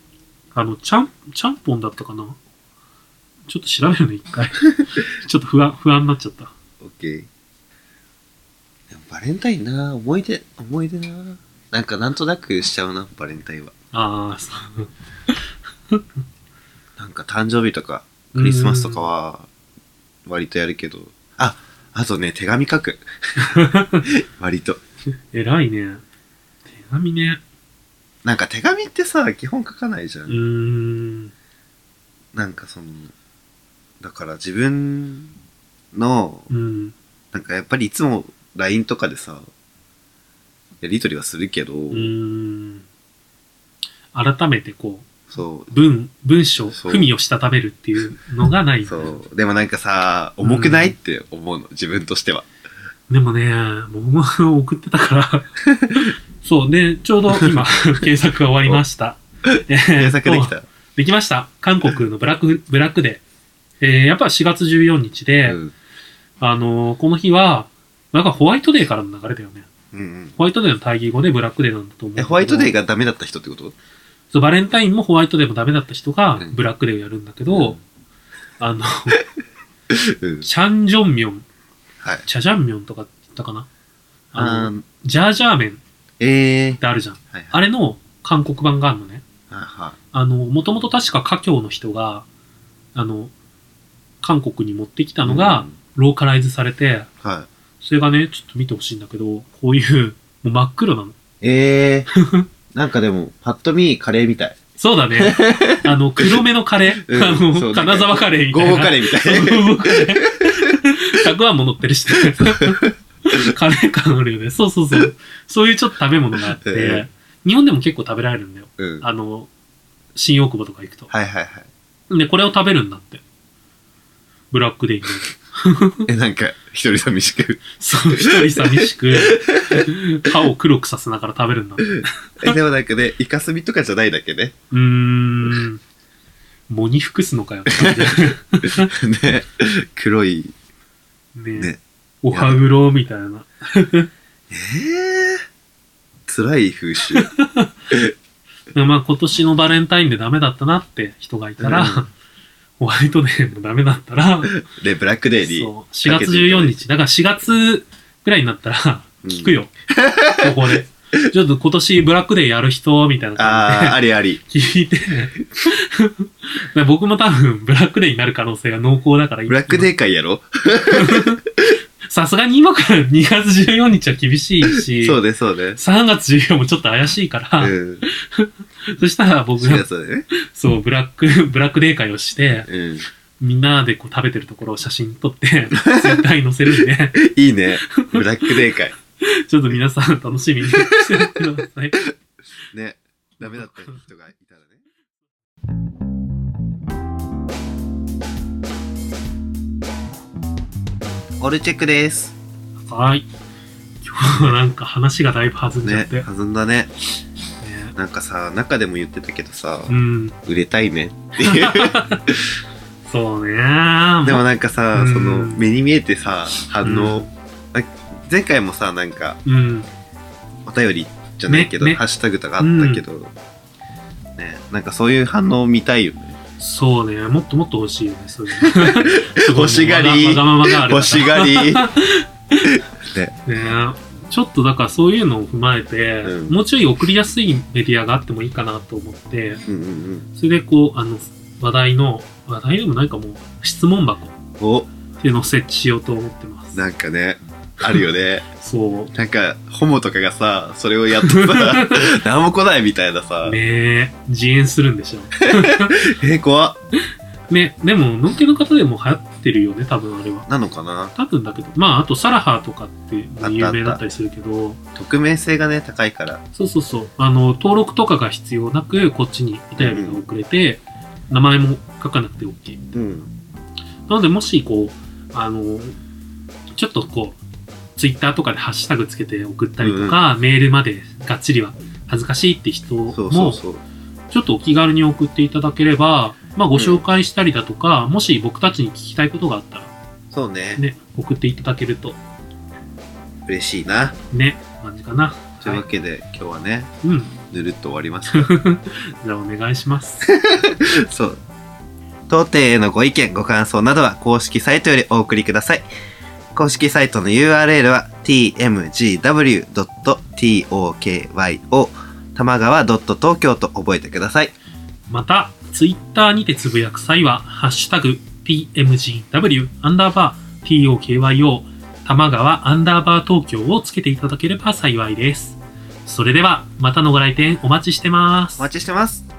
[SPEAKER 2] あの、ちゃん、ちゃんぽんだったかなちょっと調べるね、一回。 ちょっと不安、不安になっちゃった。
[SPEAKER 1] オッケー。でもバレンタインな思い出、思い出ななんかなんとなくしちゃうな、バレンタインは。
[SPEAKER 2] ああ、そう。
[SPEAKER 1] なんか誕生日とか、クリスマスとかは、割とやるけど。あ、あとね、手紙書 く。割と。
[SPEAKER 2] 偉いね。手紙ね。
[SPEAKER 1] なんか手紙ってさ、基本書かないじゃ。
[SPEAKER 2] うんーん。
[SPEAKER 1] なんかその、だから自分の、
[SPEAKER 2] うん。
[SPEAKER 1] なんかやっぱりいつも LINE とかでさ、やりとりはするけど、
[SPEAKER 2] うーん。改めてこ、
[SPEAKER 1] そう
[SPEAKER 2] 文、文章、
[SPEAKER 1] そう
[SPEAKER 2] 文をしたためるっていうのがな
[SPEAKER 1] う、
[SPEAKER 2] い。
[SPEAKER 1] そう、でもなんかさ、重くない、
[SPEAKER 2] うん
[SPEAKER 1] って思うの、自分として は。
[SPEAKER 2] でもね、僕も送ってたから。そう、で、ちょうど今、検索が終わりました。
[SPEAKER 1] 検
[SPEAKER 2] 検
[SPEAKER 1] 索できた。
[SPEAKER 2] できました。韓国のブラック、ブラックデー。えー、やっぱ4月14日で、
[SPEAKER 1] うん。
[SPEAKER 2] あのーこの日は、なんかホワイトデーからの流れだよね。
[SPEAKER 1] うんうん。
[SPEAKER 2] ホワイトデーの対義語でブラックデーなんだと思う。
[SPEAKER 1] え、ホワイトデー
[SPEAKER 2] が
[SPEAKER 1] がダメだった人ってこと
[SPEAKER 2] そう、バレンタインもホワイトデーもダメだった人が
[SPEAKER 1] うん、
[SPEAKER 2] ブラックデーをやるんだけど、
[SPEAKER 1] うん
[SPEAKER 2] あの、
[SPEAKER 1] うん。
[SPEAKER 2] チャンジョンミョン、
[SPEAKER 1] はい。
[SPEAKER 2] チャジャンミョンとかって言ったかなあ
[SPEAKER 1] あ
[SPEAKER 2] の、
[SPEAKER 1] ー
[SPEAKER 2] ジャージャー麺っ
[SPEAKER 1] えー。
[SPEAKER 2] てあるじゃん。
[SPEAKER 1] はいは
[SPEAKER 2] あ
[SPEAKER 1] い。
[SPEAKER 2] れの韓国版があるのね。
[SPEAKER 1] はいは
[SPEAKER 2] あの、もともと確か華僑の人が、あの、韓国に持ってきた
[SPEAKER 1] い。
[SPEAKER 2] のが、ローカライズされて、
[SPEAKER 1] うん、は
[SPEAKER 2] それがね、ちょっと見てほしいんだけど、こういう、もう真っ黒なの。
[SPEAKER 1] い。えー。 なんかでも、パッと見カレーみたい。
[SPEAKER 2] そう だね。あの、黒目のカレー。
[SPEAKER 1] うん
[SPEAKER 2] あ
[SPEAKER 1] そ
[SPEAKER 2] の、
[SPEAKER 1] うなんか
[SPEAKER 2] 金沢カレーみ
[SPEAKER 1] ゴ
[SPEAKER 2] た
[SPEAKER 1] ー
[SPEAKER 2] いな。
[SPEAKER 1] ゴーカレーみた い。
[SPEAKER 2] たくあんも乗ってる し、ね、カレー感あるよね。そうそうそう。そういうちょっと食べ物があって、
[SPEAKER 1] え
[SPEAKER 2] 日本でも結構食べられるんだよ。
[SPEAKER 1] うん。
[SPEAKER 2] あの、新大久保とか行くと。
[SPEAKER 1] はいはいはい。
[SPEAKER 2] で、これを食べるんだって。ブラックデイに。
[SPEAKER 1] え、なんか、一人寂しく。
[SPEAKER 2] そう、一人寂しく、歯を黒くさせながら食べるんだって。う
[SPEAKER 1] え、でもなんかね、イカスミとかじゃないだけね。
[SPEAKER 2] ーん。藻に服すのかよって感じだよ
[SPEAKER 1] ね。黒い。
[SPEAKER 2] ね。ね
[SPEAKER 1] ね
[SPEAKER 2] お歯黒みたいな。
[SPEAKER 1] ええ辛い風習。
[SPEAKER 2] でまあ今年のバレンタインでダメだったなって人がいたら、
[SPEAKER 1] うん
[SPEAKER 2] ホワイトデーもダメだったら、
[SPEAKER 1] で、ブラックデーに。
[SPEAKER 2] そう、4月14日、だから4月ぐらいになったら、
[SPEAKER 1] うん
[SPEAKER 2] 聞くよ。ここで。ちょっと今年ブラックデーやる人、みたいな
[SPEAKER 1] ああ、
[SPEAKER 2] 感
[SPEAKER 1] ありあり。
[SPEAKER 2] じで聞いて、 で僕も多分ブラックデーになる可能性が濃厚だから、
[SPEAKER 1] ブラック
[SPEAKER 2] ー
[SPEAKER 1] デー会やろ
[SPEAKER 2] さすがに今から2月14日は厳しいし、
[SPEAKER 1] そうね、そうね。
[SPEAKER 2] 3月14もちょっと怪しいから、
[SPEAKER 1] うん。
[SPEAKER 2] そしたら僕
[SPEAKER 1] そう
[SPEAKER 2] が
[SPEAKER 1] だ、そうだね。
[SPEAKER 2] そう、ブラック、ブラックデー会をして、
[SPEAKER 1] うん。
[SPEAKER 2] みんなでこう食べてるところを写真撮って、ツ イッターに載せるんで、
[SPEAKER 1] いいね。ブラックデー会。
[SPEAKER 2] ちょっと皆さん楽しみにしててください。
[SPEAKER 1] ね。ダメだった人がいたらね。オルチェックです。
[SPEAKER 2] はい。今日はなんか話がだいぶ弾んじゃ
[SPEAKER 1] ね
[SPEAKER 2] って。。ね
[SPEAKER 1] 弾んだね。なんかさ、中でも言ってたけどさ、
[SPEAKER 2] うん。
[SPEAKER 1] 売れたいねっていう。
[SPEAKER 2] そうね
[SPEAKER 1] でも
[SPEAKER 2] ね、
[SPEAKER 1] なんかさ
[SPEAKER 2] う、ん
[SPEAKER 1] その目に見えてさ、反応、
[SPEAKER 2] う
[SPEAKER 1] なんか前回もさ、なんか
[SPEAKER 2] うん。
[SPEAKER 1] お便りじゃないけど、
[SPEAKER 2] ねね
[SPEAKER 1] ハッシュタグとかあったけど、ね、なんかそういう反応見たいよね。
[SPEAKER 2] そうね。もっともっと欲しいよね。 そういうのすごい
[SPEAKER 1] 欲しがり
[SPEAKER 2] わがわがままがあるから。
[SPEAKER 1] 欲しがり。
[SPEAKER 2] ねちょっとだからそういうのを踏まえて、
[SPEAKER 1] うん
[SPEAKER 2] もうちょい送りやすいメディアがあってもいいかなと思って、
[SPEAKER 1] うんうん
[SPEAKER 2] それでこう、あの、話題の、話題でもないかも、質問箱っ
[SPEAKER 1] うん。お、
[SPEAKER 2] ていうのを設置しようと思ってます。
[SPEAKER 1] なんかね、あるよね。
[SPEAKER 2] そう。
[SPEAKER 1] なんか、ホモとかがさ、それをやっと さ、何も来ないみたいなさ、
[SPEAKER 2] ねえ、自演するんでしょ。
[SPEAKER 1] え、怖っ
[SPEAKER 2] ね、でも、のんけの方でも流行ってるよね、多分あれは。
[SPEAKER 1] なのかな
[SPEAKER 2] 多分だけど、まあ、あと、サラハとかって
[SPEAKER 1] あった
[SPEAKER 2] 有名だったりするけど、
[SPEAKER 1] 匿名性がね、高いから。
[SPEAKER 2] そうそうそう、あの、登録とかが必要なく、こっちにお便りが送れて、名前も書かなくて OK。
[SPEAKER 1] うん。
[SPEAKER 2] なので、もし、こう、あの、ちょっとこう、ツイッターとかでハッシュタグつけて送ったりとか、メールまでがっちりは恥ずかしいって人も、
[SPEAKER 1] そうそうそう。
[SPEAKER 2] ちょっとお気軽に送っていただければ、まあ、ご紹介したりだとか、もし僕たちに聞きたいことがあったら、
[SPEAKER 1] そうね。
[SPEAKER 2] ね、送っていただけると、
[SPEAKER 1] 嬉しいな。
[SPEAKER 2] ね、感じかな。
[SPEAKER 1] という
[SPEAKER 2] は
[SPEAKER 1] わけで、今日はね、
[SPEAKER 2] い、うん。
[SPEAKER 1] ぬるっと終わりました。
[SPEAKER 2] じゃあ、お願いします。
[SPEAKER 1] そう。当店へのご意見、ご感想などは公式サイトよりお送りください。公式サイトの URL は tmgw.tokyo 玉川 .tokyo と覚えてください。
[SPEAKER 2] また、ツイッターにてつぶやく際は、ハッシュタグ、pmgw、アンダーバー、tokyo、玉川、アンダーバー東京をつけていただければ幸いです。それでは、またのご来店お待ちしてます
[SPEAKER 1] お。待ちしてます。